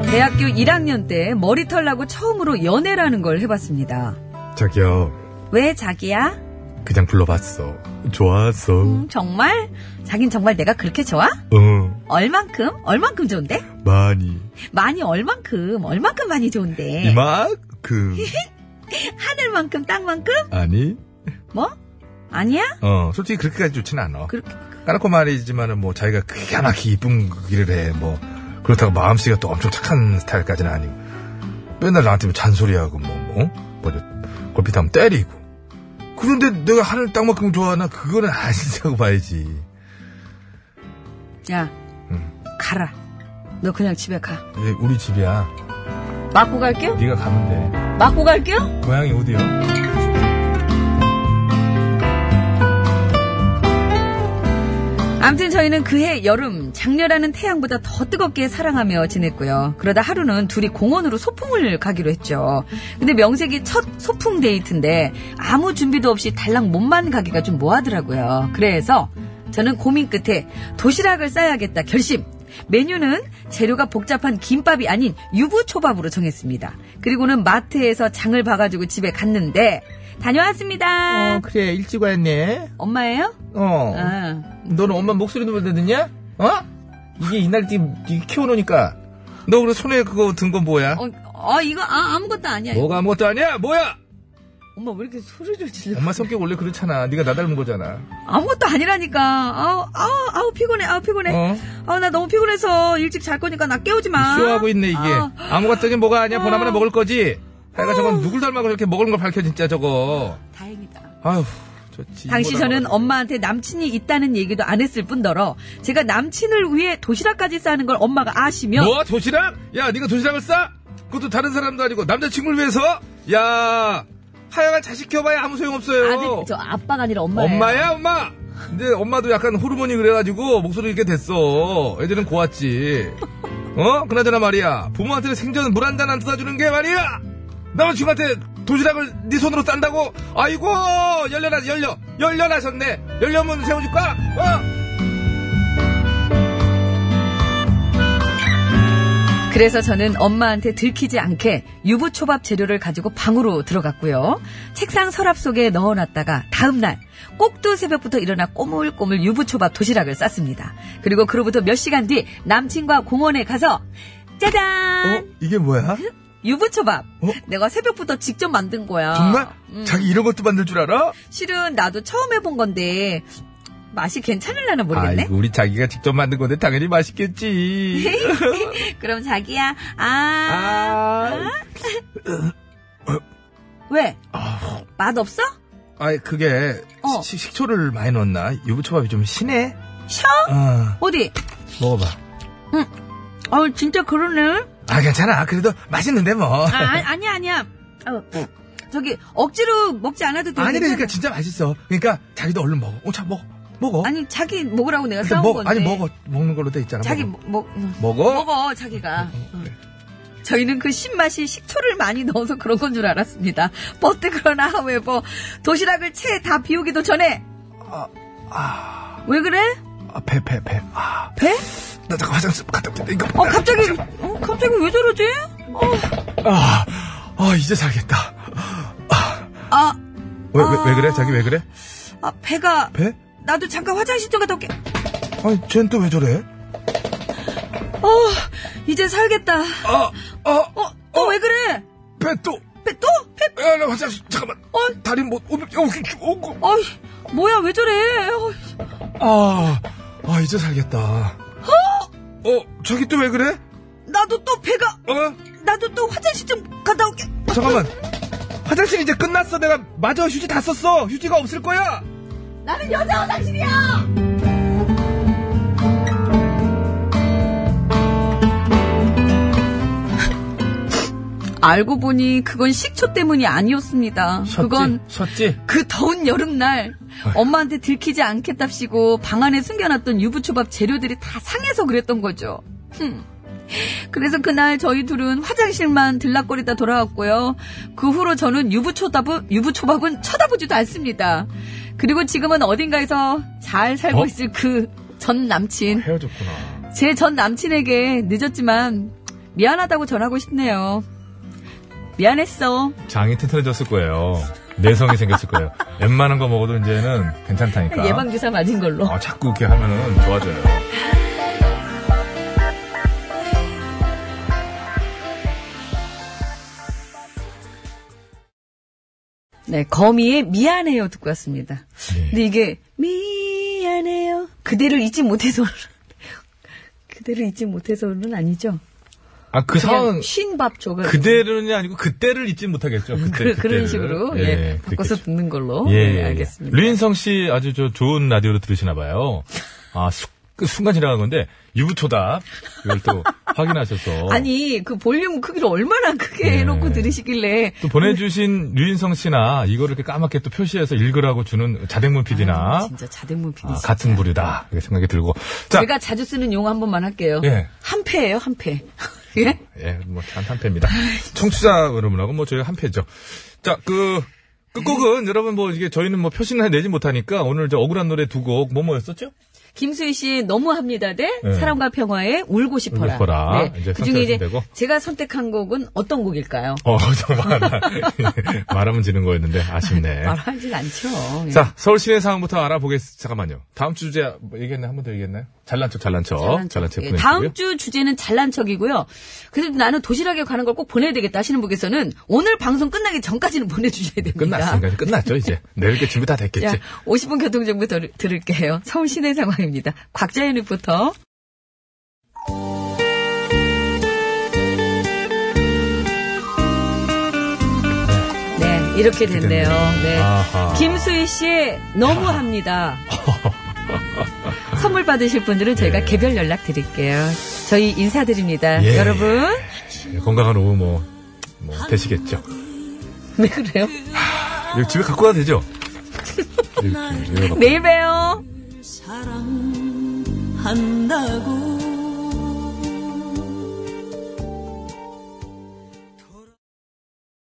Speaker 2: 대학교 1학년 때 머리 털라고 처음으로 연애라는 걸 해봤습니다.
Speaker 4: 저기요,
Speaker 2: 왜 자기야?
Speaker 4: 그냥 불러봤어. 좋았어.
Speaker 2: 음, 정말? 자긴 정말 내가 그렇게 좋아?
Speaker 4: 어,
Speaker 2: 얼만큼? 얼만큼 좋은데?
Speaker 4: 많이.
Speaker 2: 많이 얼만큼? 얼만큼 많이
Speaker 4: 네.
Speaker 2: 좋은데?
Speaker 4: 이만큼.
Speaker 2: 하늘만큼 땅만큼?
Speaker 4: 그, 아니?
Speaker 2: 뭐? 아니야?
Speaker 4: 어, 솔직히 그렇게까지 좋진 않아.
Speaker 2: 그렇게
Speaker 4: 까놓고 말이지만은 뭐 자기가 기가 막히게 이쁜 일을 해. 뭐 그렇다고 마음씨가 또 엄청 착한 스타일까지는 아니고 맨날 나한테 뭐 잔소리하고 뭐 뭐, 뭐 골피타면 때리고. 그런데 내가 하늘 땅만큼 좋아하나 그거는 아니라고 봐야지.
Speaker 2: 야 가라 너 그냥 집에 가
Speaker 4: 이제 우리 집이야.
Speaker 2: 맞고 갈게요
Speaker 4: 네가 가면
Speaker 2: 맞고 갈게요
Speaker 4: 돼. 고향이 어디요?
Speaker 2: 암튼 저희는 그해 여름 장렬하는 태양보다 더 뜨겁게 사랑하며 지냈고요. 그러다 하루는 둘이 공원으로 소풍을 가기로 했죠. 근데 명색이 첫 소풍 데이트인데 아무 준비도 없이 달랑 몸만 가기가 좀 뭐하더라고요. 그래서 저는 고민 끝에 도시락을 싸야겠다 결심. 메뉴는 재료가 복잡한 김밥이 아닌 유부초밥으로 정했습니다. 그리고는 마트에서 장을 봐가지고 집에 갔는데 다녀왔습니다.
Speaker 1: 어, 그래, 일찍 왔네.
Speaker 2: 엄마예요?
Speaker 1: 어.
Speaker 2: 아.
Speaker 1: 너는 엄마 목소리도 못 듣냐? 어? 이게 이날 띠 키워놓으니까. 너 그래, 손에 그거 든 건 뭐야?
Speaker 2: 어, 어, 이거 아, 무것도 아니야.
Speaker 1: 뭐가 아무것도 아니야? 뭐야?
Speaker 2: 엄마 왜 이렇게 소리를 질러?
Speaker 1: 엄마 성격 원래 그렇잖아. 네가 나 닮은 거잖아.
Speaker 2: 아무것도 아니라니까. 아우, 아우, 아우, 피곤해, 아우, 피곤해.
Speaker 1: 어?
Speaker 2: 아우, 나 너무 피곤해서 일찍 잘 거니까 나 깨우지 마.
Speaker 1: 쇼하고 있네 이게
Speaker 2: 아.
Speaker 1: 아무것도 아닌 뭐가 아니야 보나마나 먹을 거지 하여간 저건 누굴 닮아서 이렇게 먹은 걸 밝혀 진짜 저거
Speaker 2: 다행이다.
Speaker 1: 아휴 좋지
Speaker 2: 당시 저는 엄마한테 남친이 있다는 얘기도 안 했을 뿐더러 제가 남친을 위해 도시락까지 싸는 걸 엄마가 아시며
Speaker 1: 뭐 도시락? 야 네가 도시락을 싸? 그것도 다른 사람도 아니고 남자친구를 위해서? 야 하여간 자식 키워봐야 아무 소용없어요
Speaker 2: 아들, 저 아빠가 아니라 엄마예요.
Speaker 1: 엄마야 엄마 근데 엄마도 약간 호르몬이 그래가지고 목소리 이렇게 됐어 애들은 고왔지 어? 그나저나 말이야 부모한테 생전 물 한 잔 안 떠다주는 게 말이야 남자친구한테 도시락을 네 손으로 싼다고 아이고 열려나 열려 열려나셨네 열려면 세워줄까? 어?
Speaker 2: 그래서 저는 엄마한테 들키지 않게 유부초밥 재료를 가지고 방으로 들어갔고요. 책상 서랍 속에 넣어놨다가 다음날 꼭두 새벽부터 일어나 꼬물꼬물 유부초밥 도시락을 쌌습니다. 그리고 그로부터 몇 시간 뒤 남친과 공원에 가서 짜잔!
Speaker 4: 어?
Speaker 1: 이게
Speaker 2: 어.
Speaker 1: 뭐야?
Speaker 2: 유부초밥!
Speaker 1: 어?
Speaker 2: 내가 새벽부터 직접 만든 거야. 음.
Speaker 1: 자기 이런 것도 만들 줄 알아?
Speaker 2: 실은 나도 처음 해본 건데 맛이 괜찮을려나 모르겠네.
Speaker 1: 아이고 우리 자기가 직접 만든 건데 당연히 맛있겠지
Speaker 2: 그럼 자기야, 아,
Speaker 1: 아,
Speaker 2: 왜? 맛 없어?
Speaker 1: 아이 그게
Speaker 2: 어.
Speaker 1: 식- 식초를 많이 넣었나? 유부초밥이 좀 신해?
Speaker 2: 셔?
Speaker 1: 아,
Speaker 2: 어디?
Speaker 1: 먹어봐.
Speaker 2: 아 진짜 그러네.
Speaker 1: 아 괜찮아. 그래도 맛있는데 뭐.
Speaker 2: 아, 아니, 야 아니야. 어, 저기, 억지로 먹지 않아도 되는
Speaker 1: 아니 그러니까 진짜 맛있어. 그러니까 자기도 얼른 먹어. 어, 자 먹어. 먹어.
Speaker 2: 아니, 자기 먹으라고 내가
Speaker 1: 그러니까
Speaker 2: 싸운
Speaker 1: 먹어.
Speaker 2: 건데.
Speaker 1: 아니 먹어. 먹는 걸로 돼 있잖아.
Speaker 2: 자기
Speaker 1: 먹어.
Speaker 2: 먹, 먹, 음.
Speaker 1: 먹어.
Speaker 2: 먹어, 자기가. 저희는 그 신맛이 식초를 많이 넣어서 그런 건 줄 알았습니다. 버트 그러나 하웨버 도시락을 채 다 비우기도 전에 왜 그래?
Speaker 1: 아, 배, 배, 배. 아,
Speaker 2: 배?
Speaker 1: 나 잠깐 화장실 갔다 올게. 이거.
Speaker 2: 어 갑자기 어 갑자기 왜 저러지?
Speaker 1: 아, 아 이제 살겠다.
Speaker 2: 아,
Speaker 1: 왜, 왜, 왜 그래? 자기 왜 그래?
Speaker 2: 아 배가
Speaker 1: 배?
Speaker 2: 나도 잠깐 화장실 좀 갔다 올게.
Speaker 1: 아니 쟨 또 왜 저래?
Speaker 2: 어 이제 살겠다.
Speaker 1: 아, 아,
Speaker 2: 어 또 왜 그래?
Speaker 1: 배 또.
Speaker 2: 배 또? 배?
Speaker 1: 야, 나 화장실 잠깐만.
Speaker 2: 어?
Speaker 1: 다리 못. 어, 어, 어,
Speaker 2: 어이 뭐야 왜 저래? 어이,
Speaker 1: 아, 아 이제 살겠다. 어, 저기 또 왜 그래?
Speaker 2: 나도 또 배가
Speaker 1: 어?
Speaker 2: 나도 또 화장실 좀 갔다 올게.
Speaker 1: 잠깐만. 화장실 이제 끝났어. 내가 마저 휴지 다 썼어. 휴지가 없을 거야.
Speaker 2: 나는 여자 화장실이야. 알고 보니 그건 식초 때문이 아니었습니다. 그건
Speaker 1: 셨지?
Speaker 2: 그 더운 여름날 엄마한테 들키지 않겠답시고 방 안에 숨겨놨던 유부초밥 재료들이 다 상해서 그랬던 거죠. 흠. 그래서 그날 저희 둘은 화장실만 들락거리다 돌아왔고요. 그 후로 저는 유부초밥은, 유부초밥은 쳐다보지도 않습니다. 그리고 지금은 어딘가에서 잘 살고
Speaker 4: 어?
Speaker 2: 있을 그 전 남친.
Speaker 4: 헤어졌구나.
Speaker 2: 제 전 남친에게 늦었지만 미안하다고 전하고 싶네요. 미안했어.
Speaker 4: 장이 튼튼해졌을 거예요. 내성이 생겼을 거예요. 웬만한 거 먹어도 이제는 괜찮다니까.
Speaker 2: 예방주사 맞은 걸로.
Speaker 4: 아, 자꾸 이렇게 하면은 좋아져요.
Speaker 2: 네, 거미의 미안해요 듣고 왔습니다.
Speaker 4: 예.
Speaker 2: 근데 이게 미안해요. 그대를 잊지 못해서 그대를 잊지 못해서는 아니죠.
Speaker 4: 아, 그 상황,
Speaker 2: 그냥 쉰밥 조각
Speaker 4: 그대로는 아니고 그때를 잊지 못하겠죠. 네, 그때,
Speaker 2: 그,
Speaker 4: 그때를.
Speaker 2: 런 식으로 예, 바꿔서
Speaker 4: 그랬겠죠.
Speaker 2: 듣는 걸로
Speaker 4: 예,
Speaker 2: 네,
Speaker 4: 예,
Speaker 2: 알겠습니다.
Speaker 4: 류인성 씨 아주 저 좋은 라디오로 들으시나 봐요. 아, 수- 그 순간 지나간 건데 유부초답 이걸 또 확인하셨어.
Speaker 2: 아니, 그 볼륨 크기를 얼마나 크게
Speaker 4: 네.
Speaker 2: 해놓고 들으시길래.
Speaker 4: 또 보내주신 류인성 씨나 이거를 이렇게 까맣게 또 표시해서 읽으라고 주는 자댕문 PD나
Speaker 2: 아,
Speaker 4: 아,
Speaker 2: 진짜 자댕문 PD. 진짜.
Speaker 4: 같은 부류다 이렇게 생각이 들고 자
Speaker 2: 제가 자주 쓰는 용어 한 번만 할게요.
Speaker 4: 예.
Speaker 2: 한패예요, 한패. 예?
Speaker 4: 예, 뭐, 한, 한
Speaker 2: 아,
Speaker 4: 패입니다. 청취자 여러분하고 뭐, 저희 한 패죠. 자, 그, 끝곡은 여러분 뭐, 이게 저희는 뭐, 표시나 내지 못하니까 오늘 저 억울한 노래 두 곡, 뭐, 뭐였었죠?
Speaker 2: 김수희 씨 너무합니다 대
Speaker 4: 예.
Speaker 2: 사랑과 평화에 울고 싶어라.
Speaker 4: 울고 싶어라.
Speaker 2: 네.
Speaker 4: 이제
Speaker 2: 그중에 이제
Speaker 4: 선택하시면 되고.
Speaker 2: 제가 선택한 곡은 어떤 곡일까요?
Speaker 4: 어, 정말. 말하면 지는 거였는데, 아쉽네.
Speaker 2: 말하지 않죠. 예.
Speaker 4: 자, 서울 시내 상황부터 알아보겠습니다. 잠깐만요. 다음 주 주제 뭐 얘기했나요? 한 번 더 얘기했나요? 잘난 척, 잘난 척.
Speaker 2: 잘난
Speaker 4: 잘난 척,
Speaker 2: 척. 예,
Speaker 4: 보내주고요.
Speaker 2: 다음 주 주제는 잘난 척이고요. 그래도 나는 도시락에 가는 걸 꼭 보내야 되겠다 하시는 분께서는 오늘 방송 끝나기 전까지는 보내주셔야 됩니다.
Speaker 4: 끝났으니까 끝났죠, 이제. 내일 게 준비 다 됐겠지.
Speaker 2: 자, 50분 교통정보 들, 들을게요. 서울 시내 상황입니다. 곽자연 리포터. 네, 이렇게 됐네요. 네.
Speaker 4: 아하.
Speaker 2: 김수희 씨의 너무합니다. 선물 받으실 분들은 저희가 개별 연락 드릴게요. 저희 인사드립니다.
Speaker 4: 예.
Speaker 2: 여러분,
Speaker 4: 예, 건강한 오후 뭐, 뭐, 되시겠죠.
Speaker 2: 왜 그래요?
Speaker 4: 이거 집에 갖고 가도 되죠? 이렇게, 이거 갖고.
Speaker 2: 내일 봬요.
Speaker 11: 사랑한다고